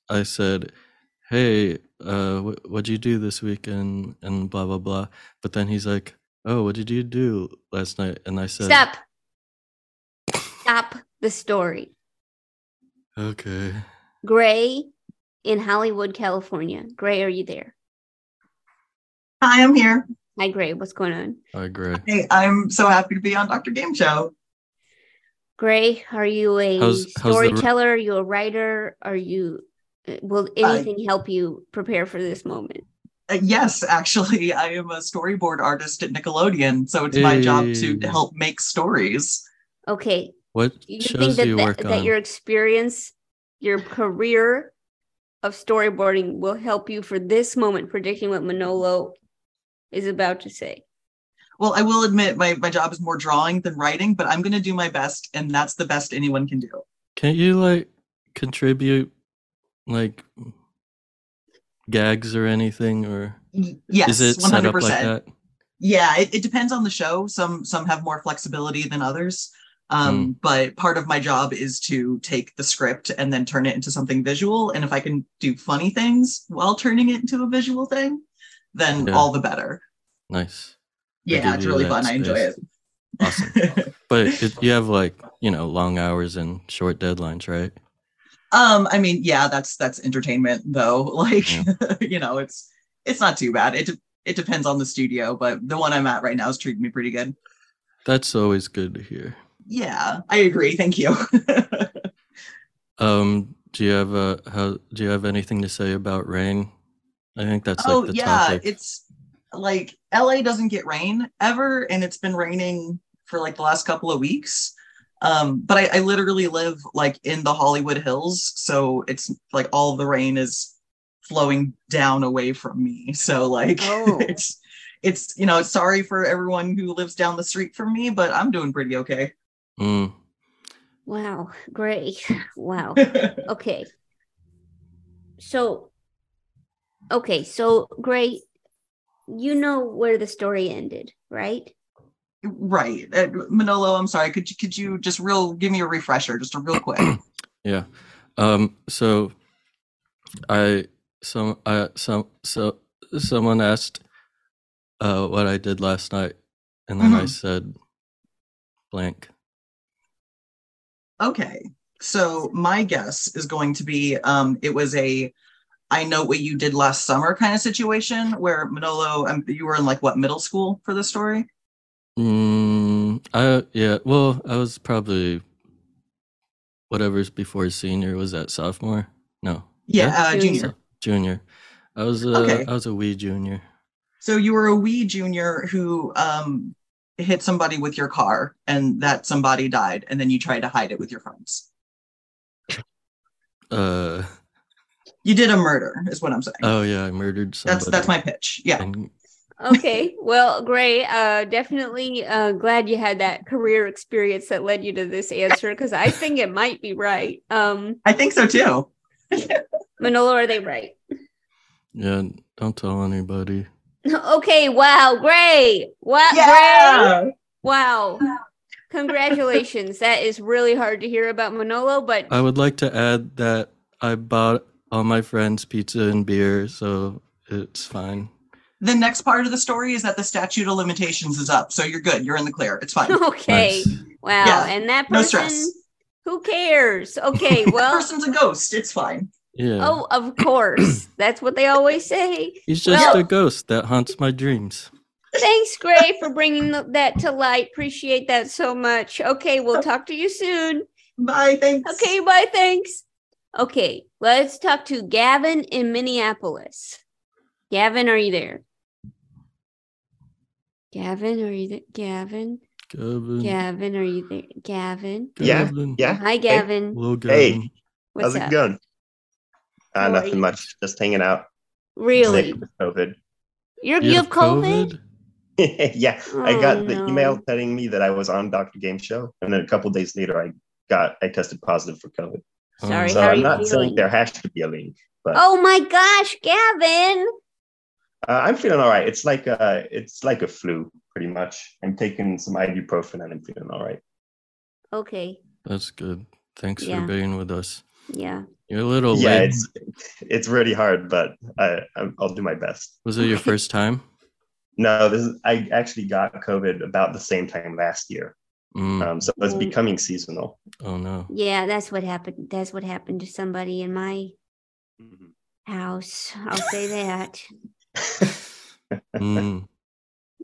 Speaker 3: I said, "Hey, uh, wh- what'd you do this weekend?" and blah blah blah. But then he's like, "Oh, what did you do last night?" And I said,
Speaker 2: Stop. Stop the story.
Speaker 3: Okay.
Speaker 2: Gray in Hollywood, California. Gray, are you there?
Speaker 6: Hi, I'm here.
Speaker 2: Hi, Gray. What's going on?
Speaker 3: [LAUGHS] I agree.
Speaker 6: Hey, I'm so happy to be on Dr. Game Show.
Speaker 2: Gray, are you a
Speaker 3: How's- how's the-
Speaker 2: storyteller? are you a writer? Are you? uh, Will anything help you prepare for this moment?
Speaker 6: Uh, yes, actually, [LAUGHS] I am a storyboard artist at Nickelodeon, so it's my job to
Speaker 3: Hey.
Speaker 6: help make stories.
Speaker 2: Okay,
Speaker 3: What
Speaker 2: do you
Speaker 3: shows
Speaker 2: think that
Speaker 3: do you
Speaker 2: that,
Speaker 3: work
Speaker 2: that
Speaker 3: on?
Speaker 2: your experience, your career of storyboarding will help you for this moment predicting what Manolo is about to say?
Speaker 6: Well, I will admit my, my job is more drawing than writing, but I'm going to do my best, and that's the best anyone can do.
Speaker 3: Can't you like contribute like gags or anything or
Speaker 6: Y- Yes,
Speaker 3: is it
Speaker 6: 100%.
Speaker 3: set up like that?
Speaker 6: Yeah, it, it depends on the show. Some some have more flexibility than others.
Speaker 3: Hmm.
Speaker 6: Um, But part of my job is to take the script and then turn it into something visual. And if I can do funny things while turning it into a visual thing, then
Speaker 3: Yeah.
Speaker 6: all the better.
Speaker 3: Nice. They
Speaker 6: Yeah,
Speaker 3: give
Speaker 6: it's
Speaker 3: you
Speaker 6: really
Speaker 3: that
Speaker 6: fun. I enjoy
Speaker 3: space.
Speaker 6: it.
Speaker 3: Awesome. but
Speaker 6: [LAUGHS]
Speaker 3: it, you have like, you know, long hours and short deadlines, right?
Speaker 6: um, I mean, yeah, that's that's entertainment though. [LAUGHS] Like,
Speaker 3: Yeah.
Speaker 6: you know, it's it's not too bad. It de- it depends on the studio, but the one I'm at right now is treating me pretty good.
Speaker 3: That's always good to hear.
Speaker 6: Yeah, I agree. Thank you. [LAUGHS]
Speaker 3: Um, do you have a how do you have anything to say about rain? I think that's like the topic.
Speaker 6: Oh, it's like LA doesn't get rain ever, and it's been raining for like the last couple of weeks. Um, but I, I literally live like in the Hollywood Hills, so it's like all the rain is flowing down away from me. So like
Speaker 2: Oh.
Speaker 6: [LAUGHS] it's it's you know sorry for everyone who lives down the street from me, but I'm doing pretty okay.
Speaker 3: Mm.
Speaker 2: Wow, Gray. [LAUGHS] Wow.
Speaker 6: yeah,
Speaker 2: okay so okay so great you know where the story ended right
Speaker 6: right, uh, Manolo. I'm sorry. Could you could you just real give me a refresher, just a real quick?
Speaker 3: Yeah. Um, so I some I some so someone asked uh what I did last night and
Speaker 6: Mm-hmm.
Speaker 3: then I said blank.
Speaker 6: Okay. So my guess is going to be um, it was a I know what you did last summer kind of situation where Manolo, um, you were in like what middle school for this story?
Speaker 3: Mm, I yeah, well, I was probably whatever's before senior was that sophomore? No.
Speaker 6: Yeah, uh,
Speaker 2: Junior.
Speaker 6: junior.
Speaker 3: Junior. I was a,
Speaker 6: Okay.
Speaker 3: I was a wee junior.
Speaker 6: So you were a wee junior who um, hit somebody with your car and that somebody died, and then you tried to hide it with your friends.
Speaker 3: Uh
Speaker 6: You did a murder, is what I'm saying.
Speaker 3: oh yeah, I murdered somebody.
Speaker 6: that's that's my pitch. Yeah.
Speaker 3: and-
Speaker 2: okay well gray uh definitely uh glad you had that career experience that led you to this answer because i think it might be right um
Speaker 6: I think so too.
Speaker 2: manolo are they right [LAUGHS]
Speaker 3: yeah, don't tell anybody.
Speaker 2: okay wow gray what gray wow congratulations that is really hard to hear about manolo but [LAUGHS]
Speaker 3: I would like to add that I bought all my friends pizza and beer, so it's fine.
Speaker 6: the next part of the story is that the statute of limitations is up. So you're good. You're in the clear. It's fine.
Speaker 2: [LAUGHS] Okay.
Speaker 3: Nice.
Speaker 2: Wow.
Speaker 6: Yeah.
Speaker 2: And that
Speaker 6: No
Speaker 2: person,
Speaker 6: stress.
Speaker 2: who cares?
Speaker 6: [LAUGHS]
Speaker 2: Okay. Well,
Speaker 6: Person's a ghost. It's fine.
Speaker 3: Yeah.
Speaker 2: oh, of course. [LAUGHS] That's what they always say.
Speaker 3: He's just
Speaker 2: well-
Speaker 3: a ghost that haunts my dreams.
Speaker 2: Thanks, Gray, for bringing th- that to light. Appreciate that so much. Okay. We'll talk to you soon.
Speaker 6: Bye. Thanks.
Speaker 2: Okay. Bye. Thanks. Okay. Let's talk to Gavin in Minneapolis. Gavin, are you there? Gavin, are you there? Gavin?
Speaker 3: Gavin.
Speaker 2: Gavin, are you there? Gavin?
Speaker 7: Yeah,
Speaker 3: Gavin.
Speaker 7: Yeah.
Speaker 2: Hi, Gavin.
Speaker 3: Little
Speaker 7: Hey.
Speaker 3: Gavin.
Speaker 2: What's
Speaker 7: How's it
Speaker 2: up?
Speaker 7: going?
Speaker 2: How
Speaker 7: Uh,
Speaker 2: are you?
Speaker 7: nothing much. Just hanging out.
Speaker 2: Really?
Speaker 7: Sick with COVID.
Speaker 2: You're, you have COVID?
Speaker 7: [LAUGHS] yeah, I got the
Speaker 2: Oh,
Speaker 7: email
Speaker 2: no.
Speaker 7: telling me that I was on Dr. Game Show, and then a couple days later, I got I tested positive for COVID.
Speaker 3: Um,
Speaker 2: Sorry,
Speaker 7: So
Speaker 2: how are
Speaker 7: I'm
Speaker 2: you
Speaker 7: not
Speaker 2: feeling?
Speaker 7: saying there has to be a link. But
Speaker 2: Oh my gosh, Gavin.
Speaker 7: uh, I'm feeling all right. It's like uh, it's like a flu, pretty much. I'm taking some ibuprofen, and I'm feeling all right.
Speaker 2: Okay.
Speaker 3: That's good. Thanks
Speaker 2: Yeah.
Speaker 3: for being with us.
Speaker 2: Yeah.
Speaker 3: You're a little
Speaker 7: yeah,
Speaker 3: late.
Speaker 7: it's it's really hard, but I, I'm- I'll do my best.
Speaker 3: Was it your first time?
Speaker 7: No, this is, I actually got COVID about the same time last year,
Speaker 3: Mm.
Speaker 7: um, so it's
Speaker 2: Mm.
Speaker 7: becoming seasonal.
Speaker 3: oh no.
Speaker 2: Yeah, that's what happened. That's what happened to somebody in my house. I'll say that.
Speaker 7: [LAUGHS]
Speaker 3: Mm.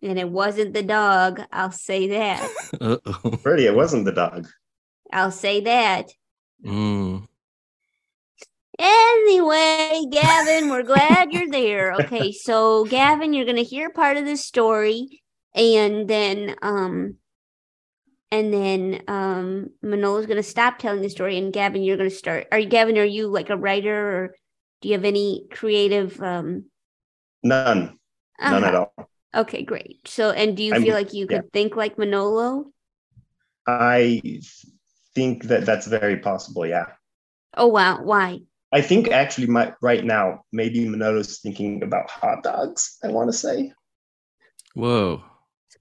Speaker 2: And it wasn't the dog. I'll say that.
Speaker 3: Uh oh.
Speaker 7: Really, it wasn't the dog.
Speaker 2: I'll say that.
Speaker 3: Mm.
Speaker 2: Anyway, Gavin, we're glad you're there. Okay, so Gavin, you're gonna hear part of this story, and then um, and then um, Manolo's gonna stop telling the story, and Gavin, you're gonna start. Are you Gavin? Are you like a writer, or do you have any creative? Um,
Speaker 7: None, none at all.
Speaker 2: Okay, great. So, and do you
Speaker 7: I'm-
Speaker 2: feel like you
Speaker 7: yeah.
Speaker 2: could think like Manolo?
Speaker 7: I think that that's very possible. Yeah,
Speaker 2: Oh wow, why?
Speaker 7: I think actually, my right now, maybe Manolo's thinking about hot dogs. I want to say.
Speaker 3: Whoa.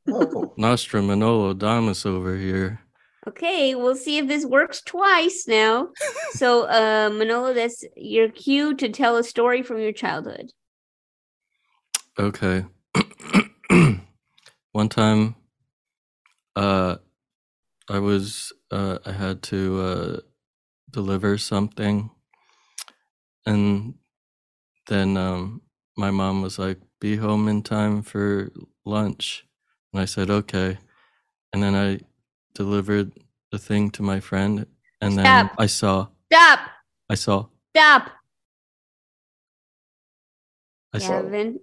Speaker 7: Oh,
Speaker 3: Nostra Manolo Damas over here.
Speaker 2: Okay, we'll see if this works twice now. so, uh, Manolo, that's your cue to tell a story from your childhood.
Speaker 3: Okay. [CLEARS THROAT] One time, uh, I was uh, I had to uh, deliver something, and then um, my mom was like, "Be home in time for lunch," and I said, "Okay," and then I delivered the thing to my friend, and then
Speaker 2: Stop.
Speaker 3: I saw
Speaker 2: Stop!
Speaker 3: I saw
Speaker 2: Stop,
Speaker 3: I saw
Speaker 2: Gavin.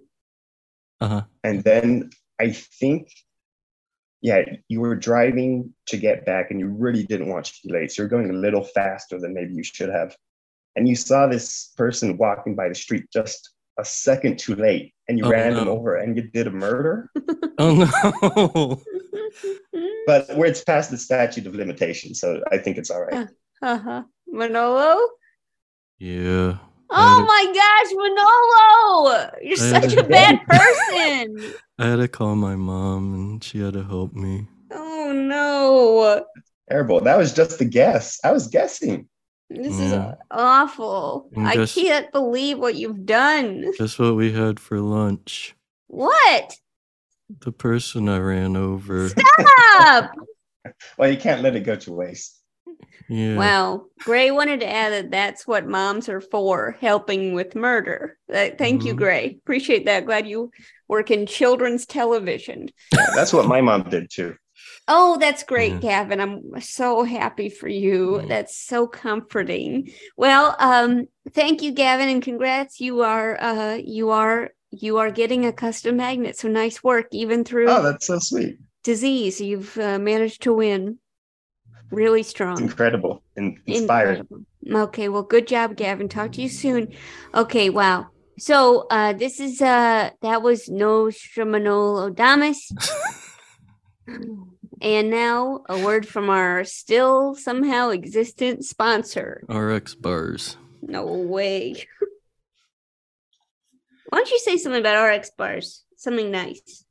Speaker 3: uh huh
Speaker 7: and then I think, yeah, you were driving to get back, and you really didn't want to be late, so you're going a little faster than maybe you should have, and you saw this person walking by the street just a second too late, and you
Speaker 3: Oh,
Speaker 7: ran them
Speaker 3: no.
Speaker 7: over, and you did a murder.
Speaker 3: [LAUGHS] oh no.
Speaker 7: but where it's past the statute of limitation, so I think it's all right.
Speaker 2: uh-huh. Manolo?
Speaker 3: Yeah. I
Speaker 2: Oh
Speaker 3: had,
Speaker 2: my gosh, Manolo! You're
Speaker 3: I had
Speaker 2: such
Speaker 3: a-
Speaker 2: a bad person.
Speaker 3: to, I had to call my mom and she had to help me.
Speaker 2: oh no.
Speaker 7: Terrible. That was just a guess. I was guessing.
Speaker 2: This
Speaker 3: Yeah.
Speaker 2: is awful.
Speaker 3: And
Speaker 2: I
Speaker 3: just-
Speaker 2: can't believe what you've done.
Speaker 3: Guess what we had for lunch?
Speaker 2: What?
Speaker 3: The person I ran over.
Speaker 2: Stop!
Speaker 7: Well, you can't let it go to waste.
Speaker 3: Yeah.
Speaker 2: Wow. Gray wanted to add that that's what moms are for, helping with murder. That, thank you,
Speaker 3: Mhm.
Speaker 2: Gray. Appreciate that. Glad you work in children's television.
Speaker 7: Yeah, that's what my mom did too.
Speaker 2: Oh, that's great,
Speaker 3: Yeah.
Speaker 2: Gavin. I'm so happy for you.
Speaker 3: Mhm.
Speaker 2: That's so comforting. Well, um, thank you, Gavin, and congrats. You are uh you are you are getting a custom magnet. So nice work, even through
Speaker 7: Oh, that's so sweet.
Speaker 2: disease. You've uh, managed to win. Really
Speaker 7: It's
Speaker 2: strong.
Speaker 7: incredible and inspiring.
Speaker 2: Incredible. Okay, well, good job, Gavin. Talk to you soon. Okay, wow. So uh this is uh that was Nostramanol Odamas. and now a word from our still somehow existent sponsor.
Speaker 3: RX bars.
Speaker 2: No way. [LAUGHS] Why don't you say something about RX bars? Something nice.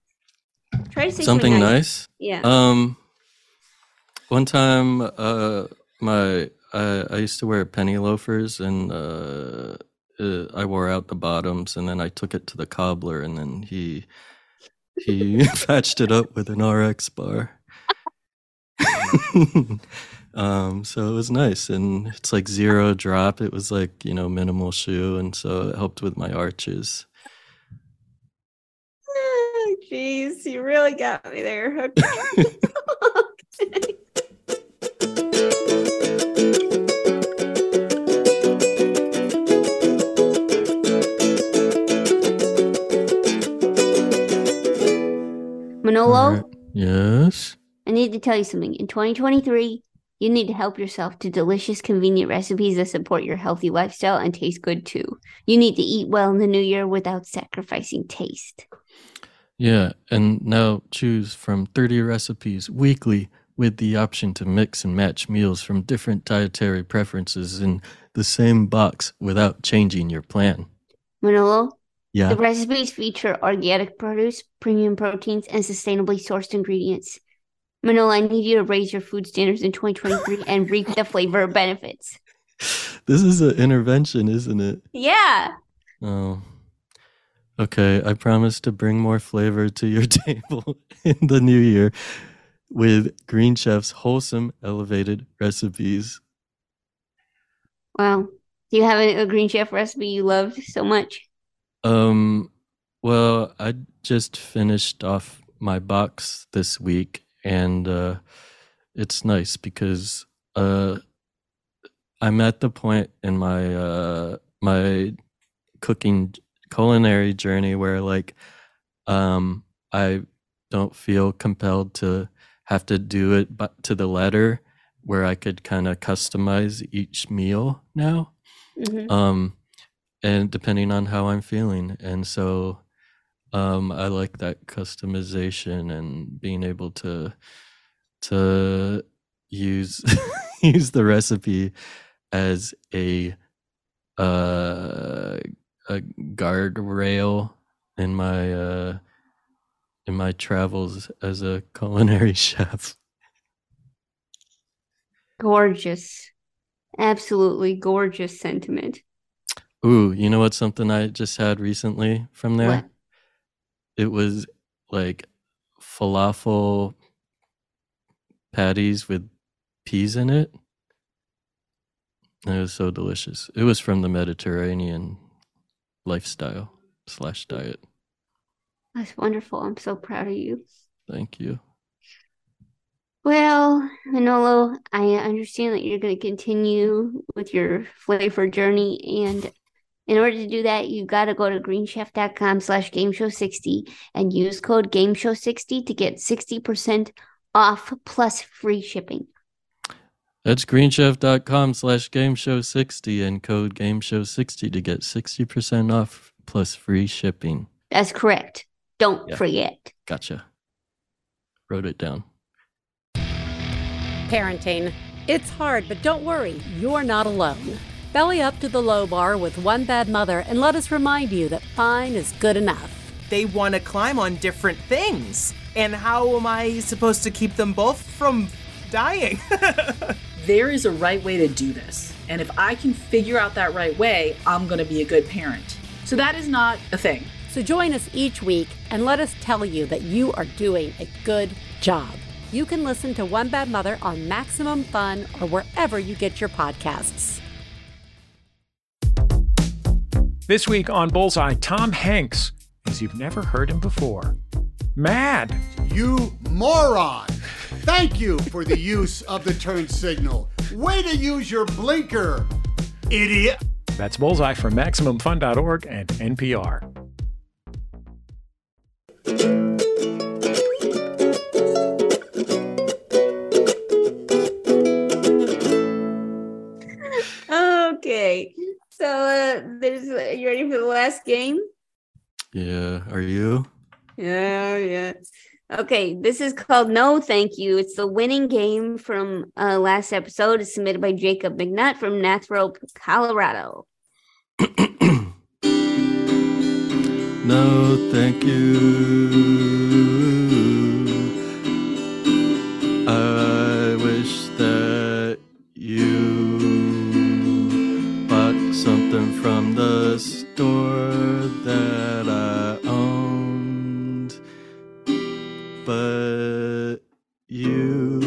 Speaker 2: Try to say something,
Speaker 3: Something nice?
Speaker 2: Yeah.
Speaker 3: Um one time uh my I, I used to wear penny loafers and uh uh, I wore out the bottoms, and then I took it to the cobbler, and then he he [LAUGHS] patched it up with an RX bar. [LAUGHS] um, so it was nice, and it's like zero drop. It was like you know minimal shoe, and so it helped with my arches.
Speaker 2: ah, Jeez, you really got me there.
Speaker 3: [LAUGHS]
Speaker 2: Okay. Manolo,
Speaker 3: Alright. Yes.
Speaker 2: I need to tell you something. In 2023, you need to help yourself to delicious, convenient recipes that support your healthy lifestyle and taste good too. You need to eat well in the new year without sacrificing taste.
Speaker 3: Yeah, and now choose from 30 recipes weekly with the option to mix and match meals from different dietary preferences in the same box without changing your plan.
Speaker 2: Manolo,
Speaker 3: Yeah.
Speaker 2: The recipes feature organic produce, premium proteins, and sustainably sourced ingredients. Manolo, I need you to raise your food standards in 2023 and reap the flavor benefits.
Speaker 3: This is an intervention, isn't it?
Speaker 2: Yeah.
Speaker 3: Oh. Okay, I promise to bring more flavor to your [LAUGHS] table in the new year with Green Chef's wholesome elevated recipes.
Speaker 2: Wow. Do you have a, a green chef recipe you loved so much?
Speaker 3: Um, well, I just finished off my box this week, and uh, it's nice because uh, I'm at the point in my uh, my cooking culinary journey where like um, I don't feel compelled to have to do it but to the letter, where I could kind of customize each meal now
Speaker 2: Mhm.
Speaker 1: Mm-hmm.
Speaker 3: um and depending on how i'm feeling and so um i like that customization and being able to to use [LAUGHS] use the recipe as a uh a guardrail in my uh in my travels as a culinary [LAUGHS] chef
Speaker 2: Gorgeous. Absolutely gorgeous sentiment.
Speaker 3: ooh you know what something i just had recently from there
Speaker 2: What?
Speaker 3: it was like falafel patties with peas in it. And it was so delicious. It was from the Mediterranean lifestyle slash diet.
Speaker 2: That's wonderful. I'm so proud of you.
Speaker 3: Thank you.
Speaker 2: Well, Manolo, I understand that you're going to continue with your flavor journey, and in order to do that, you got to go to greenchef.com slash game show 60 and use code game show 60 to get 60% off plus free shipping.
Speaker 3: That's greenchef.com slash game show 60 and code game show 60 to get 60% off plus free shipping.
Speaker 2: That's correct. Don't
Speaker 3: Yeah.
Speaker 2: forget.
Speaker 3: Gotcha. Wrote it down.
Speaker 8: Parenting. It's hard, but don't worry, you're not alone. Belly up to the low bar with One Bad Mother and let us remind you that fine is good enough.
Speaker 9: They want to climb on different things. And how am I supposed to keep them both from dying?
Speaker 10: [LAUGHS] there is a right way to do this. And if I can figure out that right way, I'm going to be a good parent. So that is not a thing.
Speaker 8: So join us each week and let us tell you that you are doing a good job. You can listen to One Bad Mother on Maximum Fun or wherever you get your podcasts.
Speaker 11: This week on Bullseye, Tom Hanks, as you've never heard him before. Mad.
Speaker 12: You moron! Thank you for the use of the turn signal. Way to use your blinker, idiot!
Speaker 11: That's Bullseye from MaximumFun.org and NPR.
Speaker 2: Okay. So, uh, there's, uh, you ready for the last game?
Speaker 3: Yeah. Are you?
Speaker 2: Yeah, Oh, yeah. Okay, this is called No Thank You. It's the winning game from uh, last episode. It's submitted by Jacob McNutt from Nathrop, Colorado.
Speaker 3: No, thank you. I wish that you bought something from the store that I owned, but you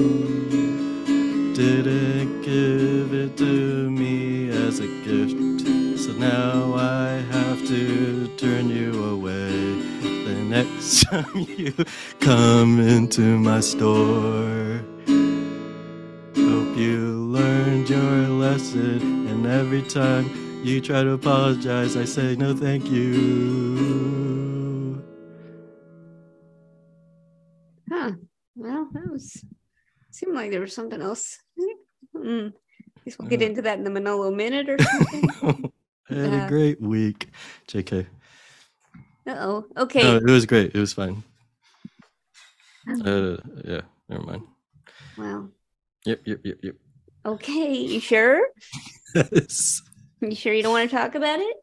Speaker 3: didn't give it to me as a gift. So now I have to turn you away the next [LAUGHS] time you come into my store. Hope you learned your lesson, and every time you try to apologize, I say no thank you.
Speaker 2: Huh. Well, that was seemed like there was something else. Mm. Guess we'll get into that in the Manolo minute
Speaker 3: [LAUGHS]
Speaker 2: or something.
Speaker 3: I had a
Speaker 2: Uh,
Speaker 3: great week, JK.
Speaker 2: uh oh. Okay.
Speaker 3: No, it was great. It was fine. Uh, yeah, never mind.
Speaker 2: wow.
Speaker 3: Yep, yep, yep, yep.
Speaker 2: Okay. You sure?
Speaker 3: Yes.
Speaker 2: You sure you don't want to talk about it?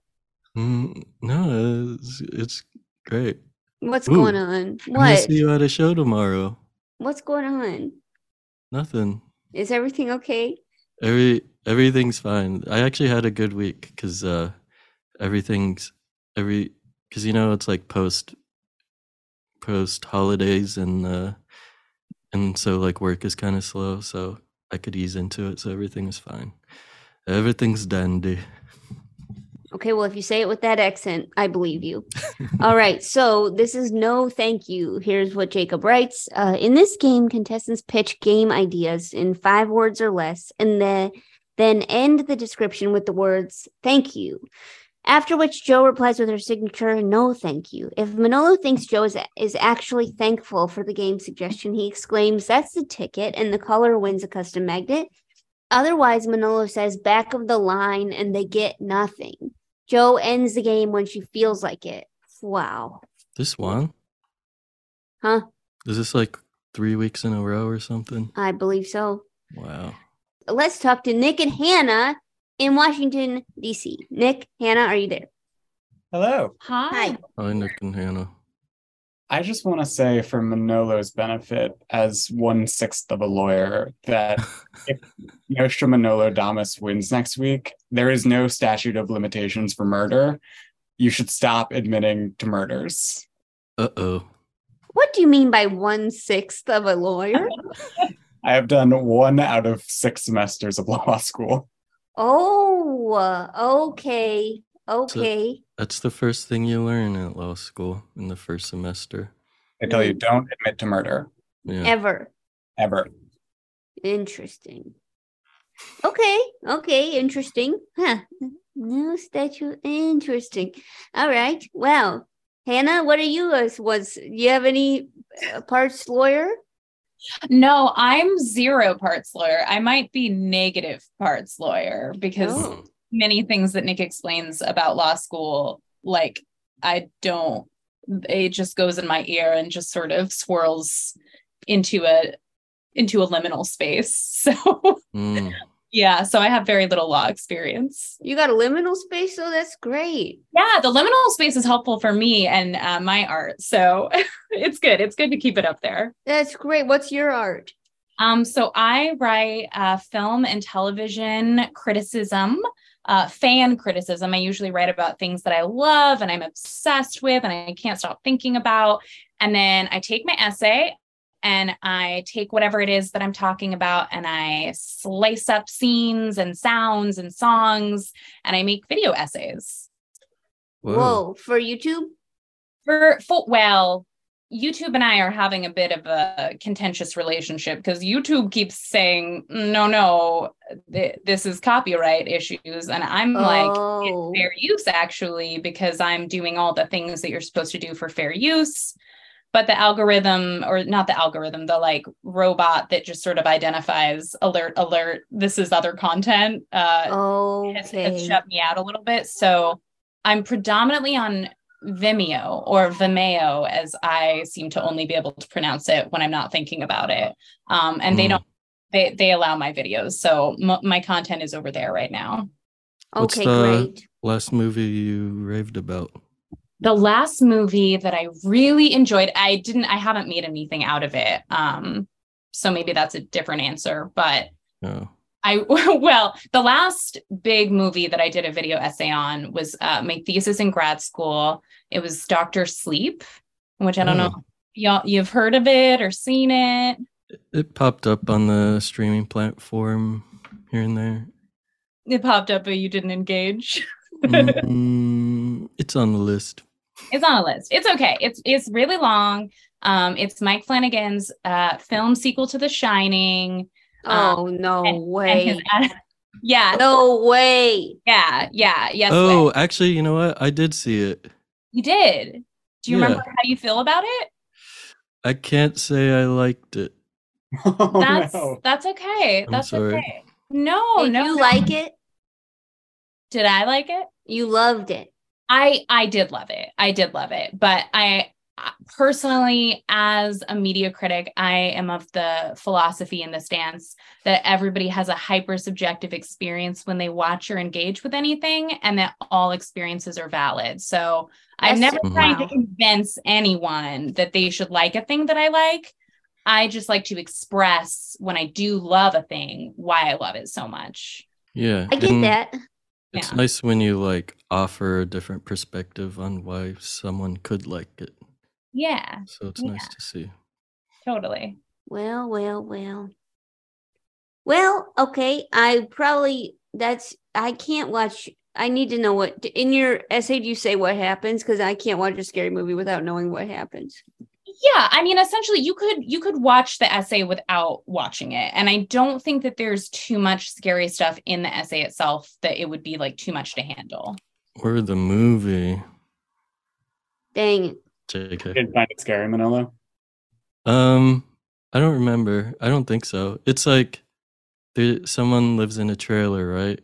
Speaker 3: Mm, no, it's, it's great.
Speaker 2: What's
Speaker 3: Ooh,
Speaker 2: going on?
Speaker 3: I'm gonna
Speaker 2: What?
Speaker 3: see you at a show tomorrow.
Speaker 2: What's going on?
Speaker 3: Nothing.
Speaker 2: Is everything okay?
Speaker 3: Every everything's fine. I actually had a good week because uh, everything's every because you know it's like post post holidays and uh, and so like work is kind of slow, so I could ease into it. So everything is fine. Everything's dandy.
Speaker 2: Okay, well, if you say it with that accent, I believe you. All right, so this is no thank you. Here's what Jacob writes. Uh, in this game, contestants pitch game ideas in five words or less, and the, then end the description with the words thank you. After which, Joe replies with her signature, no thank you. If Manolo thinks Joe is, is actually thankful for the game suggestion, he exclaims, that's the ticket, and the caller wins a custom magnet. Otherwise, Manolo says back of the line and they get nothing. Joe ends the game when she feels like it. Wow.
Speaker 3: This one
Speaker 2: Huh?
Speaker 3: is this like three weeks in a row or something?
Speaker 2: I believe so.
Speaker 3: Wow.
Speaker 2: Let's talk to Nick and Hannah in Washington, D.C. Nick, Hannah, are you there?
Speaker 13: Hello.
Speaker 2: Hi.
Speaker 3: Hi, Nick and Hannah.
Speaker 13: I just want to say, for Manolo's benefit, as one sixth of a lawyer,
Speaker 3: [LAUGHS]
Speaker 13: that if Nostra Manolo Damas wins next week, there is no statute of limitations for murder. You should stop admitting to murders.
Speaker 3: Uh oh.
Speaker 2: What do you mean by one sixth of a lawyer?
Speaker 13: I have done one out of six semesters of law school.
Speaker 2: oh, uh, okay. Okay.
Speaker 3: That's the first thing you learn at law school in the first semester.
Speaker 13: I tell you, don't admit to murder.
Speaker 3: Yeah.
Speaker 2: Ever.
Speaker 13: Ever.
Speaker 2: Interesting. Okay. Okay. Interesting. Huh. No statue. Interesting. All right. Well, Hannah, what are you? As was you have any uh, parts lawyer?
Speaker 14: No, I'm zero parts lawyer. I might be negative parts lawyer because
Speaker 2: Oh.
Speaker 14: many things that Nick explains about law school, like I don't, it just goes in my ear and just sort of swirls into a into a liminal space. [LAUGHS] So yeah, so I have very little law experience.
Speaker 2: You got a liminal space, so that's great.
Speaker 14: Yeah, the liminal space is helpful for me and uh, my art. So [LAUGHS] it's good. It's good to keep it up there.
Speaker 2: That's great. What's your art?
Speaker 14: Um, so I write uh, film and television criticism, uh, fan criticism. I usually write about things that I love and I'm obsessed with and I can't stop thinking about. And then I take my essay and I take whatever it is that I'm talking about and I slice up scenes and sounds and songs and I make video essays.
Speaker 2: Whoa. Whoa, for YouTube?
Speaker 14: For, for well, YouTube and I are having a bit of a contentious relationship because YouTube keeps saying, "No, no, th- this is copyright issues," and I'm like,
Speaker 2: Oh.
Speaker 14: "It's fair use actually," because I'm doing all the things that you're supposed to do for fair use. But the algorithm, or not the algorithm, the like robot that just sort of identifies alert, alert, this is other content, uh, has, has
Speaker 2: Okay.
Speaker 14: shut me out a little bit. So I'm predominantly on Vimeo or Vimeo, as I seem to only be able to pronounce it when I'm not thinking about it. Um, and they
Speaker 3: Mm.
Speaker 14: don't, they, they allow my videos. So m- my content is over there right now.
Speaker 3: What's the last movie you raved about?
Speaker 14: The last movie that I really enjoyed, I didn't, I haven't made anything out of it. Um, so maybe that's a different answer, but
Speaker 3: No.
Speaker 14: I [LAUGHS] well, the last big movie that I did a video essay on was uh, my thesis in grad school. It was Doctor Sleep, which
Speaker 15: Hmm.
Speaker 14: I don't know if y'all you've heard of it or seen it.
Speaker 3: It popped up on the streaming platform here and
Speaker 14: [LAUGHS]
Speaker 3: there.
Speaker 14: It popped up, but you didn't engage. [LAUGHS]
Speaker 3: Mm, it's on the list.
Speaker 14: It's on a list. It's okay. It's it's really long. Um, it's Mike Flanagan's uh, film sequel to The Shining. Um,
Speaker 2: Oh, no way.
Speaker 14: yeah.
Speaker 2: No way.
Speaker 14: Yeah. Yeah. Yes.
Speaker 3: oh,
Speaker 14: way.
Speaker 3: actually, you know what? I did see it.
Speaker 14: you did. Do you
Speaker 3: Yeah.
Speaker 14: remember how you feel about it?
Speaker 3: I can't say I liked
Speaker 14: [LAUGHS]
Speaker 3: it. Oh,
Speaker 14: that's that's okay.
Speaker 3: I'm
Speaker 14: that's
Speaker 3: sorry.
Speaker 14: okay. No,
Speaker 2: Did
Speaker 14: no.
Speaker 2: you
Speaker 14: no.
Speaker 2: like it?
Speaker 14: Did I like it?
Speaker 2: You loved it.
Speaker 14: I I did love it. I did love it, but I I- personally as a media critic, I am of the philosophy and the stance that everybody has a hyper subjective experience when they watch or engage with anything and that all experiences are valid. So, I've
Speaker 2: Yes,
Speaker 14: never
Speaker 2: wow.
Speaker 14: tried to convince anyone that they should like a thing that I like. I just like to express when I do love a thing why I love it so much.
Speaker 3: Yeah. and Mm. It's
Speaker 14: Yeah.
Speaker 3: nice when you like offer a different perspective on why someone could like it.
Speaker 14: Yeah.
Speaker 3: So it's
Speaker 14: Yeah.
Speaker 3: nice to see.
Speaker 14: Totally.
Speaker 2: Well, well, well. Well, okay. I probably that's I can't watch. I need to know what in your essay do you say what happens because I can't watch a scary movie without knowing what happens.
Speaker 14: yeah i mean essentially you could you could watch the essay without watching it and i don't think that there's too much scary stuff in the essay itself that it would be like too much to handle
Speaker 3: Or the movie.
Speaker 2: Dang it.
Speaker 3: JK.
Speaker 13: Did you find it scary, Manolo?
Speaker 3: Um, I don't remember. I don't think so. It's like there, someone lives in a trailer, right?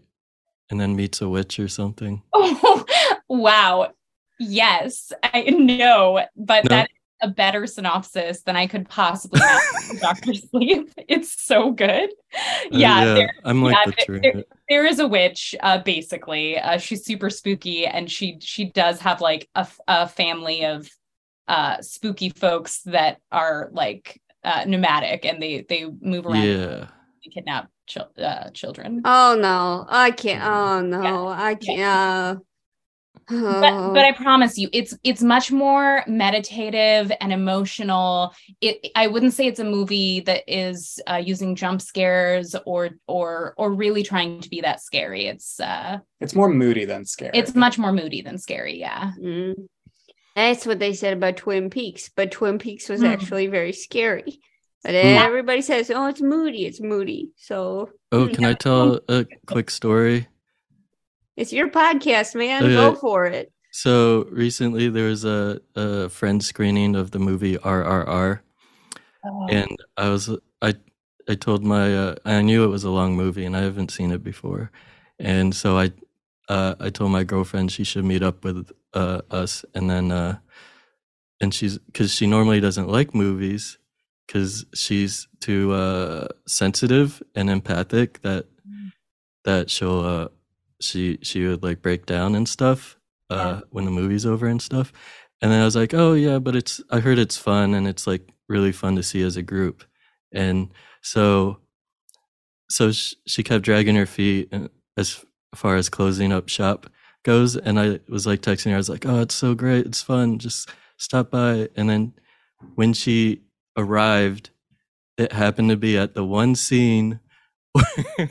Speaker 3: And then meets a witch or something.
Speaker 14: oh [LAUGHS] wow yes i know but
Speaker 3: No.
Speaker 14: that is a better synopsis than i could possibly make for [LAUGHS] dr sleep it's so good
Speaker 3: Uh,
Speaker 14: yeah,
Speaker 3: yeah,
Speaker 14: there-
Speaker 3: I'm, like,
Speaker 14: there-
Speaker 3: butchering
Speaker 14: there-
Speaker 3: it.
Speaker 14: there is a witch uh basically uh she's super spooky and she she does have like a, f- a family of uh spooky folks that are like uh nomadic and they they move around
Speaker 3: Yeah.
Speaker 14: and kidnap chil- uh, children
Speaker 2: Oh no, I can't. Oh no, I can't. Uh,
Speaker 14: but, but I promise you, it's it's much more meditative and emotional. It I wouldn't say it's a movie that is uh, using jump scares or or or really trying to be that scary. It's uh,
Speaker 13: It's more moody than scary.
Speaker 14: it's much more moody than scary. Yeah.
Speaker 2: Mm. That's what they said about Twin Peaks, but Twin Peaks was
Speaker 14: Hmm.
Speaker 2: actually very scary. But
Speaker 3: Hmm.
Speaker 2: everybody says, "Oh, it's moody, it's moody." So
Speaker 3: Oh,
Speaker 2: hmm, [LAUGHS]
Speaker 3: can I tell a quick story?
Speaker 2: It's your podcast, man. Go
Speaker 3: Okay.
Speaker 2: for it.
Speaker 3: So recently there was a, a friend screening of the movie RRR. and I was I I told my uh, I knew it was a long movie and I haven't seen it before, and so I uh, I told my girlfriend she should meet up with uh, us and then uh, and she's because she normally doesn't like movies because she's too uh, sensitive and empathic that that she'll uh, she she would like break down and stuff uh, when the movie's over and stuff. And then I was like, oh yeah, but it's I heard it's fun and it's like really fun to see as a group. And so so sh- she kept dragging her feet uh, as far as closing up shop goes and I was like texting her I was like, "Oh, it's so great. It's fun. Just stop by." And then when she arrived, it happened to be at the one scene [LAUGHS] where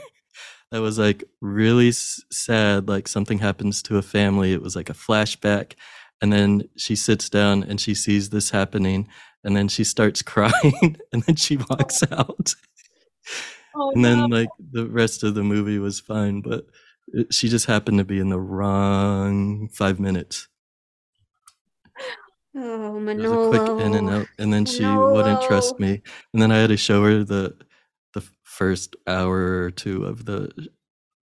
Speaker 3: that was like really s- sad like something happens to a family it was like a flashback and then she sits down and she sees this happening and then she starts [LAUGHS] crying and then she walks out
Speaker 14: Oh,
Speaker 3: and then like the rest of the movie was fine but it, she just happened to be in the wrong five minutes
Speaker 2: Oh,
Speaker 3: it was a
Speaker 2: Manolo.
Speaker 3: quick in and out and then she wouldn't trust me and then i had to show her the the first hour or two of the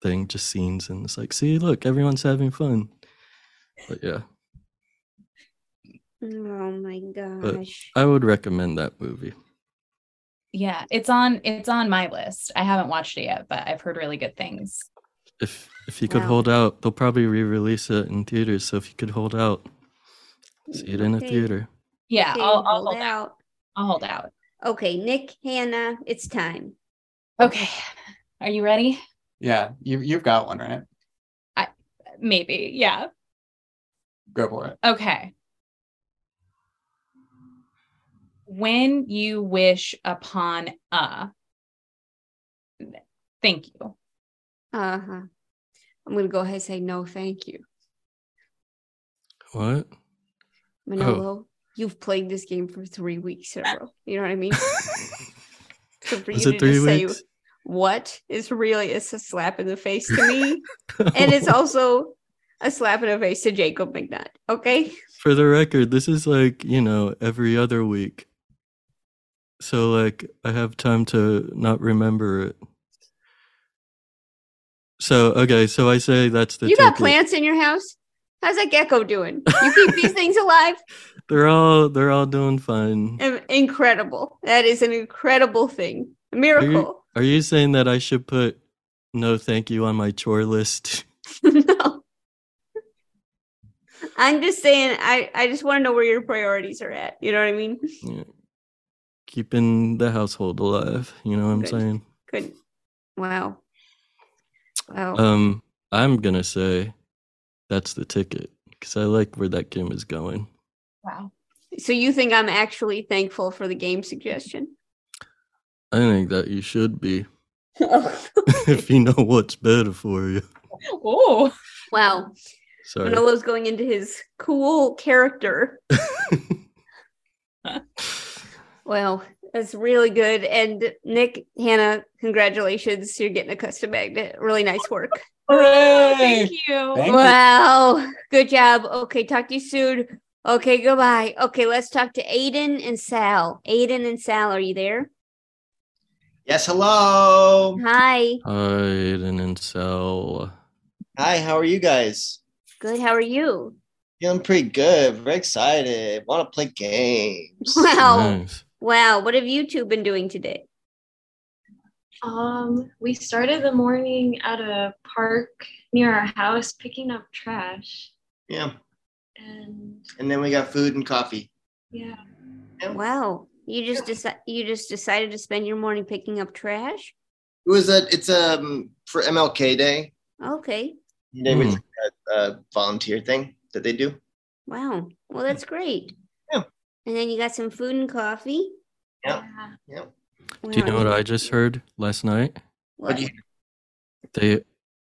Speaker 3: thing just scenes and it's like see look everyone's having fun but yeah
Speaker 2: Oh my
Speaker 3: but
Speaker 2: gosh.
Speaker 3: i would recommend that movie
Speaker 14: Yeah, it's on it's on my list. I haven't watched it yet, but I've heard really good things.
Speaker 3: if if you could
Speaker 14: Wow.
Speaker 3: hold out they'll probably re-release it in theaters so if you could hold out see it in a
Speaker 2: Okay.
Speaker 3: theater
Speaker 14: Yeah,
Speaker 2: Okay,
Speaker 14: I'll, I'll
Speaker 2: hold
Speaker 14: hold out.
Speaker 2: out.
Speaker 14: I'll hold out.
Speaker 2: Okay, Nick, Hannah, it's time.
Speaker 14: Okay. Are you ready?
Speaker 13: Yeah, you you've got one, right?
Speaker 14: Maybe. Yeah.
Speaker 13: Go for it.
Speaker 14: Okay. When you wish upon a. Thank you.
Speaker 2: Uh huh. I'm gonna go ahead and say no, thank you,
Speaker 3: What? Oh.
Speaker 2: Manolo. You've played this game for three weeks in a row. You know what I mean? so
Speaker 3: [LAUGHS]
Speaker 2: for
Speaker 3: Was
Speaker 2: you
Speaker 3: it
Speaker 2: to
Speaker 3: three
Speaker 2: just say
Speaker 3: weeks?
Speaker 2: what is really it's a slap in the face to
Speaker 3: [LAUGHS]
Speaker 2: me, and it's also a slap in the face to Jacob McNutt. Okay.
Speaker 3: For the record, this is like, you know, every other week. So like I have time to not remember it. So okay, [LAUGHS] so I say that's the
Speaker 2: you got
Speaker 3: ticket.
Speaker 2: plants in your house? How's that gecko doing? You keep
Speaker 3: [LAUGHS]
Speaker 2: these things alive?
Speaker 3: They're all they're all doing fine.
Speaker 2: Am- Incredible. That is an incredible thing. A
Speaker 3: Are
Speaker 2: miracle.
Speaker 3: you, are you saying that I should put no thank you on my chore list? [LAUGHS]
Speaker 2: I'm just saying I, I just want to know where your priorities are at. You know what I mean?
Speaker 3: Yeah. Keeping the household alive, you know what I'm
Speaker 2: Good.
Speaker 3: saying?
Speaker 2: Good. Wow. Wow.
Speaker 3: Um I'm going to say that's the ticket cuz I like where that game is going.
Speaker 14: wow.
Speaker 2: So you think I'm actually thankful for the game suggestion?
Speaker 3: I think that you should be [LAUGHS] Oh. if you know what's better for you.
Speaker 14: Oh.
Speaker 2: Wow.
Speaker 3: Sorry.
Speaker 2: Manolo's going into his cool
Speaker 3: [LAUGHS]
Speaker 2: character. well, that's really good. And Nick, Hannah, congratulations. You're getting a custom magnet. Really nice work.
Speaker 14: Thank you.
Speaker 2: wow. Good job. Okay, talk to you soon. Okay, goodbye. Okay, let's talk to Aiden and Sal. Aiden and Sal, are you there?
Speaker 16: Yes, hello.
Speaker 2: Hi.
Speaker 3: Aiden and Sal.
Speaker 16: Hi, how are you guys?
Speaker 2: Good. How are you?
Speaker 16: Feeling pretty good. Very excited. Want to play games.
Speaker 2: Wow. Wow. What have you two been doing today?
Speaker 15: Um, we started the morning at a park near our house picking up trash.
Speaker 16: Yeah.
Speaker 15: And
Speaker 16: And then we got food and coffee.
Speaker 15: yeah,
Speaker 2: Wow. You just deci- you just decided to spend your morning picking up trash?
Speaker 16: It was a it's um for MLK Day.
Speaker 2: Okay.
Speaker 16: Day
Speaker 3: Hmm.
Speaker 16: was a, a volunteer thing that they do.
Speaker 2: Wow. Well, that's great. And then you got some food and coffee.
Speaker 16: Yeah.
Speaker 2: Yeah.
Speaker 3: Do you know what I just heard last night?
Speaker 2: What do you
Speaker 3: They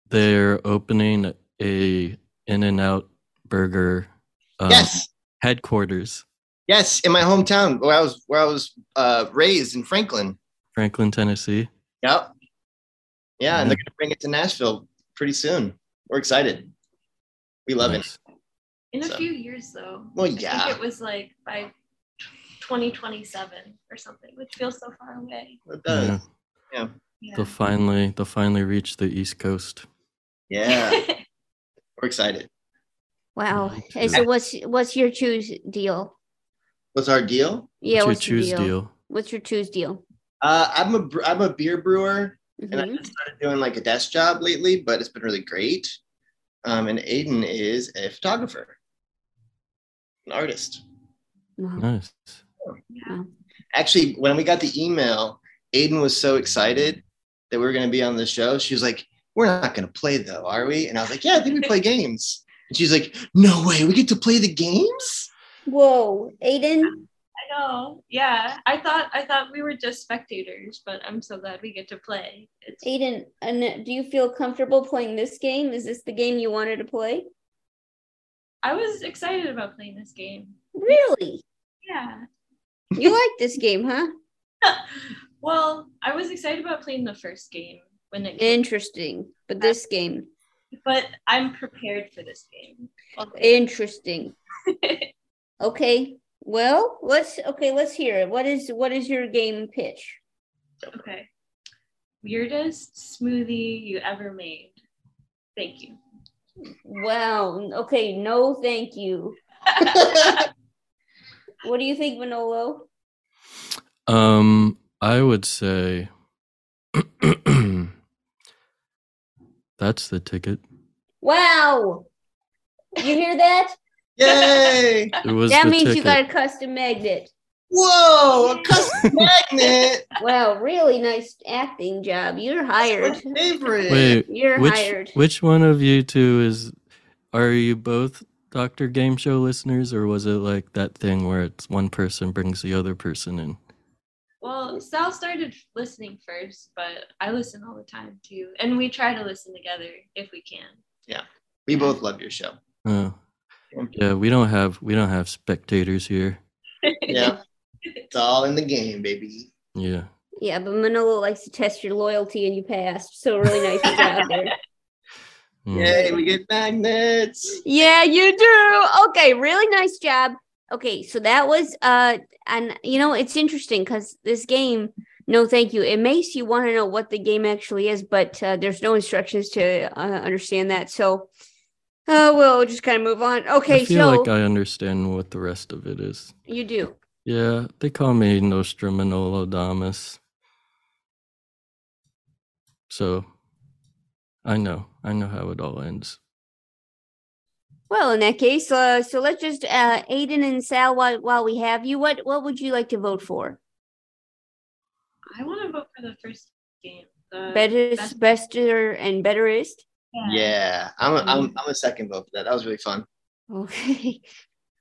Speaker 3: they're opening a In and Out Burger um,
Speaker 16: Yes.
Speaker 3: headquarters,
Speaker 16: Yes, in my hometown where I was where I was uh, raised in Franklin.
Speaker 3: Franklin, Tennessee.
Speaker 16: Yep. Yeah, and they're
Speaker 3: Hmm.
Speaker 16: gonna bring it to Nashville pretty soon. We're excited. We love it.
Speaker 15: in a
Speaker 16: So-
Speaker 15: few years though.
Speaker 16: Well,
Speaker 15: I
Speaker 16: yeah.
Speaker 15: think it was like by 2027 or something, which feels so far away.
Speaker 3: Yeah.
Speaker 16: It does. Yeah.
Speaker 3: They'll finally they'll finally reach the East Coast.
Speaker 16: Yeah.
Speaker 3: [LAUGHS]
Speaker 16: We're excited.
Speaker 2: Wow. And so what's what's your choose deal?
Speaker 16: What's our deal?
Speaker 2: Yeah,
Speaker 3: What's
Speaker 2: what's
Speaker 3: your
Speaker 2: your
Speaker 3: choose deal?
Speaker 2: What's your choose deal?
Speaker 16: Uh, I'm a bre- I'm a beer brewer, and I
Speaker 3: Mm-hmm.
Speaker 2: Mhm.
Speaker 16: just started doing like a desk job lately, but it's been really great. Um, and Aiden is a photographer, an artist.
Speaker 3: Nice.
Speaker 16: Actually, when we got the email, Aiden was so excited that we were going to be on the show. She was like, "We're not going to play though, are we?" And I was like, "Yeah, I think we play games." And she's like, "No way, we get to play the games."
Speaker 2: Whoa, Aiden.
Speaker 15: I know. Yeah, I thought I thought we were just spectators, but I'm so glad we get to play. It's
Speaker 2: Aiden, and do you feel comfortable playing this game? Is this the game you wanted to play?
Speaker 15: I was excited about playing this game.
Speaker 2: Really?
Speaker 15: Yeah.
Speaker 2: You
Speaker 15: [LAUGHS]
Speaker 2: like this game, huh?
Speaker 15: Well, I was excited about playing the first game when it came,
Speaker 2: Interesting.
Speaker 15: Uh,
Speaker 2: But this game,
Speaker 15: but I'm prepared for this game. [LAUGHS]
Speaker 2: interesting. okay. Well, let's okay, let's hear it. What is what is your game pitch?
Speaker 15: Okay. Weirdest smoothie you ever made. Thank you.
Speaker 2: Wow. Okay, no thank
Speaker 15: [LAUGHS]
Speaker 2: you. what do you think, Manolo?
Speaker 3: Um, I would say [CLEARS THROAT] that's the ticket.
Speaker 2: Wow. You hear that?
Speaker 16: Yay! [LAUGHS]
Speaker 3: It was
Speaker 2: that
Speaker 3: the
Speaker 2: means you
Speaker 3: ticket.
Speaker 2: got a custom magnet.
Speaker 16: Whoa, a
Speaker 2: [LAUGHS]
Speaker 16: custom magnet.
Speaker 2: Wow, really nice acting job. You're hired.
Speaker 16: favorite.
Speaker 3: Wait,
Speaker 2: You're
Speaker 3: which
Speaker 2: hired.
Speaker 3: which one of you two is? Are you both Doctor Game Show listeners, or was it like that thing where it's one person brings the other person in?
Speaker 15: Well, Sal started listening first, but I listen all the time too. And we try to listen together if we can.
Speaker 16: Yeah, we both love your show.
Speaker 3: Oh, yeah, we don't have we don't have spectators here.
Speaker 16: [LAUGHS] Yeah, it's all in the game, baby.
Speaker 3: Yeah.
Speaker 2: Yeah, but Manolo likes to test your loyalty and you passed. So really nice job
Speaker 3: [LAUGHS]
Speaker 2: there.
Speaker 3: Hmm.
Speaker 16: Yay, we get magnets.
Speaker 2: Yeah, you do. Okay, really nice job. Okay, so that was uh and you know it's interesting cuz this game no thank you. It makes you want to know what the game actually is, but uh, there's no instructions to uh, understand that. So uh we'll just kind of move on. Okay,
Speaker 3: I feel
Speaker 2: so
Speaker 3: like uh, I understand what the rest of it is.
Speaker 2: you do.
Speaker 3: Yeah, they call me Nostromanolodamus. So I know. I know how it all ends.
Speaker 2: Well, in that case, uh, so let's just uh Aiden and Sal while, while we have you, what what would you like to vote for?
Speaker 15: I want to vote for the first game. The
Speaker 2: Best, bester and betterest?
Speaker 16: Yeah, Um, I'm a, I'm, I'm a second vote for that. That was really fun.
Speaker 2: Okay. [LAUGHS]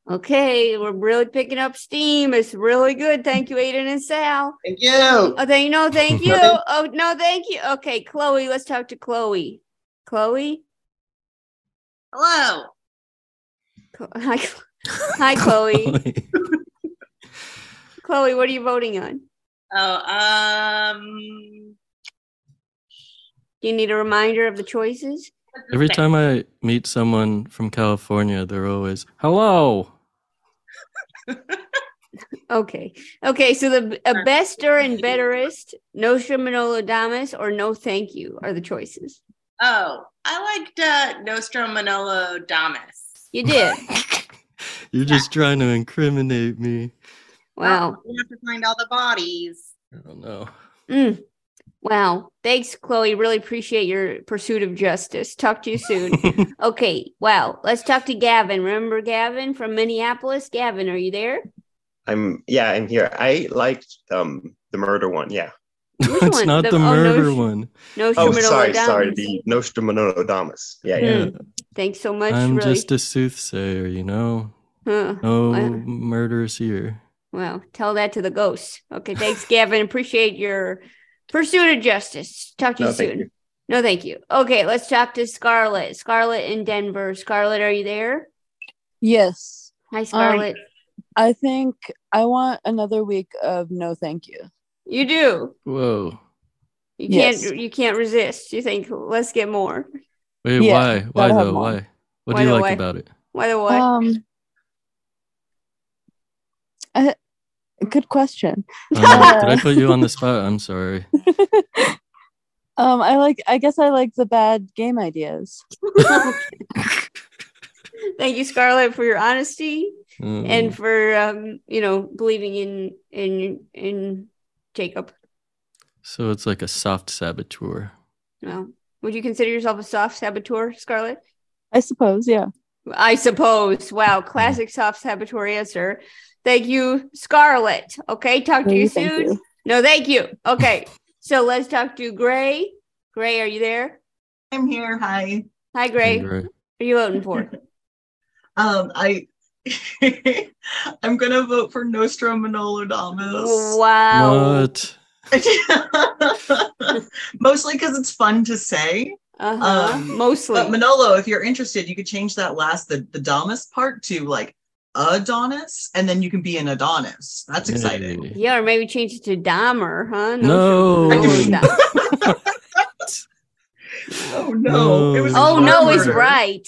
Speaker 2: Okay, we're really picking up steam. It's really good. Thank you, Aiden and Sal.
Speaker 16: Thank you. Oh,
Speaker 2: thank no,
Speaker 16: [LAUGHS]
Speaker 2: thank you.
Speaker 16: Nothing.
Speaker 2: Oh no, thank you. Okay, Chloe, let's talk to Chloe. Chloe,
Speaker 4: Hello.
Speaker 2: Chlo- [LAUGHS] hi, Chlo- hi, Chloe.
Speaker 16: [LAUGHS]
Speaker 2: [LAUGHS] Chloe, what are you voting on?
Speaker 4: Oh, um,
Speaker 2: Do you need a reminder of the choices?
Speaker 3: Every time I meet someone from California, they're always, hello.
Speaker 2: Okay, okay. So the a bester and betterest, Nostrum and Olodamus, or no, thank you, are the choices.
Speaker 4: oh, I liked uh, Nostrum Manolo Damas.
Speaker 2: You did.
Speaker 3: You're just trying to incriminate me.
Speaker 2: Wow.
Speaker 4: We have to find all the bodies.
Speaker 3: I don't know.
Speaker 2: Mm. Wow. Thanks, Chloe. Really appreciate your pursuit of justice. Talk to you
Speaker 7: [LAUGHS]
Speaker 2: soon. okay. Wow. Let's talk to Gavin. Remember Gavin from Minneapolis? Gavin, are you there?
Speaker 7: I'm yeah, I'm here. I liked um the murder one. Yeah.
Speaker 3: [LAUGHS] it's not the,
Speaker 2: The- oh, no
Speaker 3: murder
Speaker 2: sh-
Speaker 3: one.
Speaker 2: No,
Speaker 7: Oh,
Speaker 2: Shumano
Speaker 7: sorry, sorry.
Speaker 2: Adamus.
Speaker 7: The Nostromonodamus. Yeah, yeah.
Speaker 2: Mm. Thanks so much.
Speaker 3: I'm
Speaker 2: really.
Speaker 3: just a soothsayer, you know?
Speaker 2: Huh.
Speaker 3: No
Speaker 2: Wow.
Speaker 3: murderers here.
Speaker 2: Wow. Tell that to the ghosts. Okay. Thanks, Gavin. appreciate your pursuit of justice. Talk to
Speaker 7: No,
Speaker 2: you
Speaker 7: thank
Speaker 2: soon.
Speaker 7: you.
Speaker 2: No, thank you. Okay. Let's talk to Scarlett. Scarlett in Denver. Scarlett, are you there?
Speaker 5: Yes.
Speaker 2: Hi,
Speaker 5: Scarlet.
Speaker 2: Scarlett.
Speaker 5: I think I want another week of no thank you. [LAUGHS]
Speaker 2: you do.
Speaker 3: Whoa.
Speaker 2: You
Speaker 5: Yes.
Speaker 2: can't you can't resist. You think let's get more.
Speaker 3: Wait,
Speaker 5: Yeah,
Speaker 3: why? Why
Speaker 5: gotta have
Speaker 3: though?
Speaker 5: more.
Speaker 3: Why? What
Speaker 2: Why
Speaker 3: do you
Speaker 2: the
Speaker 3: like
Speaker 2: why?
Speaker 3: about it?
Speaker 2: Why the what?
Speaker 5: Um, I, good question.
Speaker 3: Oh,
Speaker 5: [LAUGHS]
Speaker 3: no, did I
Speaker 5: Uh,
Speaker 3: put you on the spot? I'm sorry.
Speaker 5: Um, I like. I guess I like the bad game
Speaker 3: [LAUGHS]
Speaker 5: ideas.
Speaker 2: Thank you, Scarlett, for your honesty
Speaker 3: Mm.
Speaker 2: and for um, you know, believing in in in Mm, Jacob.
Speaker 3: So it's like a soft saboteur.
Speaker 2: Well, would you consider yourself a soft saboteur, Scarlett?
Speaker 5: I suppose. Yeah.
Speaker 2: I suppose. Wow, classic soft saboteur answer. Thank you, Scarlett. Okay, talk to
Speaker 5: Thank
Speaker 2: you
Speaker 5: you, thank
Speaker 2: soon.
Speaker 5: you.
Speaker 2: No, thank you.
Speaker 5: [LAUGHS]
Speaker 2: Okay, so let's talk to Gray. Gray, are you there?
Speaker 6: I'm here. Hi.
Speaker 2: Hi, Gray. Are you voting for?
Speaker 6: Um, I [LAUGHS] I'm gonna vote for Nostrum Manolodamus.
Speaker 2: Wow.
Speaker 3: What?
Speaker 6: Mostly because it's fun to say. Um,
Speaker 2: Uh-huh. Mostly.
Speaker 6: But Manolo, if you're interested, you could change that last the the Damas part to like Adonis, and then you can be an Adonis. That's exciting.
Speaker 2: Yeah, or maybe change it to Dahmer, huh?
Speaker 6: No.
Speaker 2: sure. Dahmer.
Speaker 6: [LAUGHS] Oh no! It was
Speaker 2: oh no, it's
Speaker 6: murder.
Speaker 2: right.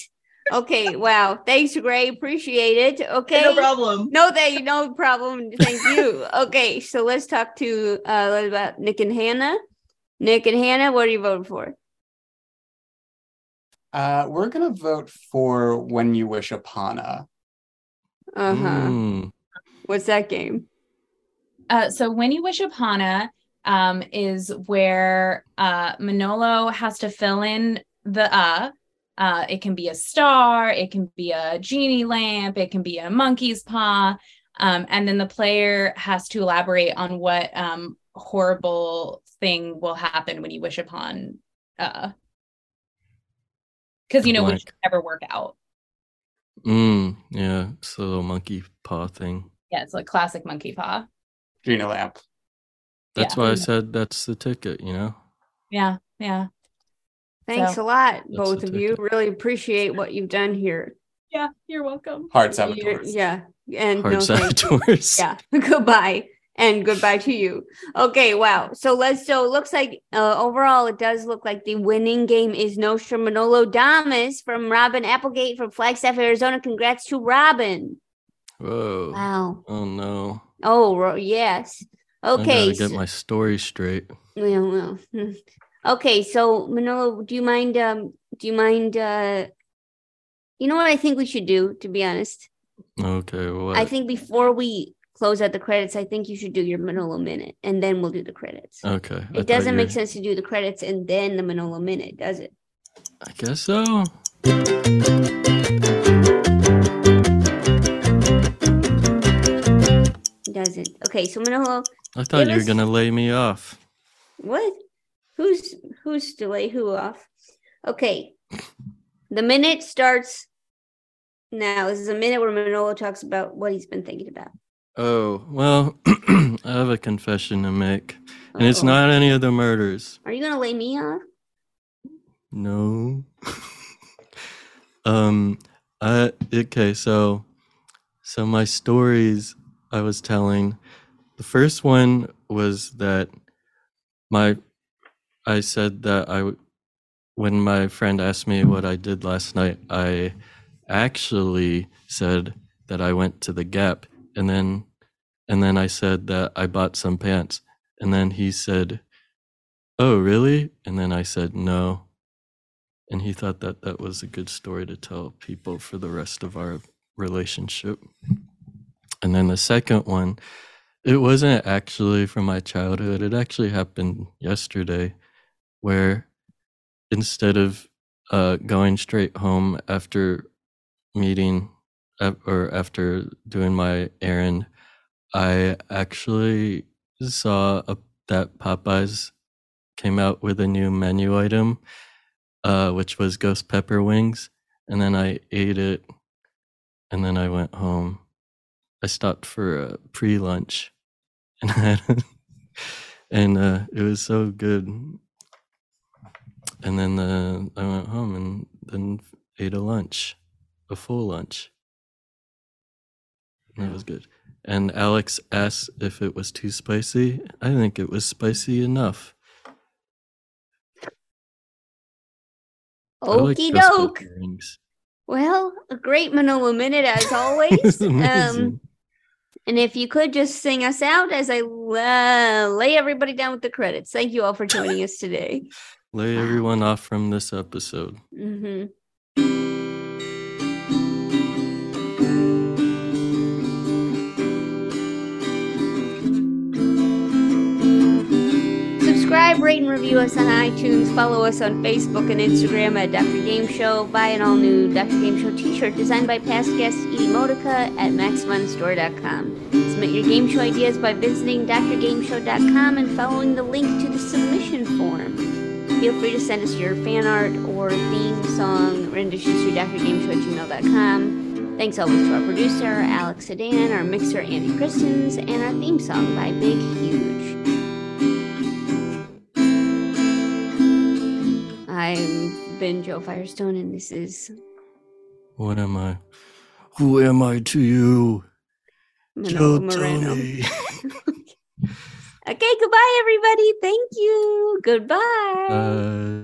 Speaker 2: Okay, wow. Thanks, Gray. Appreciate it. Okay.
Speaker 6: No problem.
Speaker 2: No thank no problem. Thank
Speaker 6: [LAUGHS]
Speaker 2: you. okay, so let's talk to uh what about Nick and Hannah. Nick and Hannah, what are you voting for?
Speaker 13: Uh, we're gonna vote for When You Wish Upon a.
Speaker 2: Uh-huh. What's that game?
Speaker 14: Uh, so when you wish upon a um, is where uh, Manolo has to fill in the uh. Uh, it can be a star, it can be a genie lamp, it can be a monkey's paw. Um, and then the player has to elaborate on what um, horrible thing will happen when you wish upon, because you know, which
Speaker 3: Like-
Speaker 14: never work out.
Speaker 3: Mm, yeah, it's the little monkey paw thing.
Speaker 14: Yeah, it's like classic monkey paw.
Speaker 13: Gina Lamp.
Speaker 3: That's
Speaker 14: Yeah.
Speaker 3: why I said that's the ticket, you know?
Speaker 14: Yeah, yeah.
Speaker 2: Thanks a
Speaker 14: So-
Speaker 2: lot,
Speaker 3: That's
Speaker 2: both of you. Really appreciate what you've done here.
Speaker 14: Yeah, you're welcome.
Speaker 13: Hearts
Speaker 2: You're-
Speaker 13: saboteurs.
Speaker 2: Yeah, and
Speaker 13: Heart
Speaker 2: no thank you.
Speaker 13: saboteurs.
Speaker 2: Yeah, [LAUGHS] goodbye and goodbye to you. Okay, wow. So let's. So it looks like uh, overall, it does look like the winning game is Nostra Manolo Damas from Robin Applegate from Flagstaff, Arizona. Congrats to Robin.
Speaker 3: Whoa.
Speaker 2: Wow.
Speaker 3: Oh no.
Speaker 2: Oh ro- yes.
Speaker 3: I
Speaker 2: Okay.
Speaker 3: gotta get my story straight.
Speaker 2: Yeah, well, hmm. okay, so Manolo, do you mind um do you mind uh you know what I think we should do, to be honest?
Speaker 3: Okay, what?
Speaker 2: I think before we close out the credits, I think you should do your Manolo minute and then we'll do the credits.
Speaker 3: Okay. I
Speaker 2: It
Speaker 3: thought
Speaker 2: doesn't
Speaker 3: you
Speaker 2: make
Speaker 3: were-
Speaker 2: sense to do the credits and then the Manolo minute, does it?
Speaker 3: I guess so.
Speaker 2: Does it? Okay, so Manolo,
Speaker 3: I thought
Speaker 2: give
Speaker 3: you were
Speaker 2: us-
Speaker 3: gonna lay me off.
Speaker 2: What? Who's who's to lay who off? Okay. The minute starts now. This is a minute where Manolo talks about what he's been thinking about.
Speaker 3: Oh, well, [CLEARS THROAT] I have a confession to make. And it's
Speaker 2: Uh-oh.
Speaker 3: not any of the murders.
Speaker 2: Are you gonna lay me off?
Speaker 3: No. [LAUGHS] um I okay, so so my stories I was telling the first one was that my I said that I w- when my friend asked me what I did last night, I actually said that I went to the Gap and then and then I said that I bought some pants and then he said, "Oh, really?" and then I said, "No." And he thought that that was a good story to tell people for the rest of our relationship. And then the second one, it wasn't actually from my childhood. It actually happened yesterday, where instead of uh, going straight home after meeting a- or after doing my errand, I actually saw a, that Popeyes came out with a new menu item, uh, which was ghost pepper wings. And then I ate it and then I went home. I stopped for a pre lunch [LAUGHS] and I had and uh, it was so good. And then uh, I went home and then ate a lunch, a full lunch. And That was good. And Alex asked if it was too spicy. I think it was spicy enough. I like
Speaker 2: Okey
Speaker 3: ghost
Speaker 2: doke.
Speaker 3: pepper rings.
Speaker 2: Well, a great Manolo minute as always. um,
Speaker 3: Amazing.
Speaker 2: and if you could just sing us out as I uh, lay everybody down with the credits. Thank you all for joining us today.
Speaker 3: Lay everyone off from this episode.
Speaker 2: hmm Subscribe, rate, and review us on iTunes. Follow us on Facebook and Instagram at Dr. Game Show. Buy an all new Dr. Game Show t shirt designed by past guest Edie Modica at MaxFunStore.com. Submit your game show ideas by visiting drgameshow.com and following the link to the submission form. Feel free to send us your fan art or theme song renditions to drgameshow@gmail.com. Thanks always to our producer, Alex Sedan, our mixer, Andy Christens, and our theme song by Big Huge. I've been Joe Firestone, and this is
Speaker 3: What am I? Who am I to you?
Speaker 2: Manolo
Speaker 3: Joe
Speaker 2: Moreno.
Speaker 3: Tony.
Speaker 2: [LAUGHS]
Speaker 3: [LAUGHS]
Speaker 2: Okay, goodbye, everybody. Thank you. Goodbye.
Speaker 3: Uh,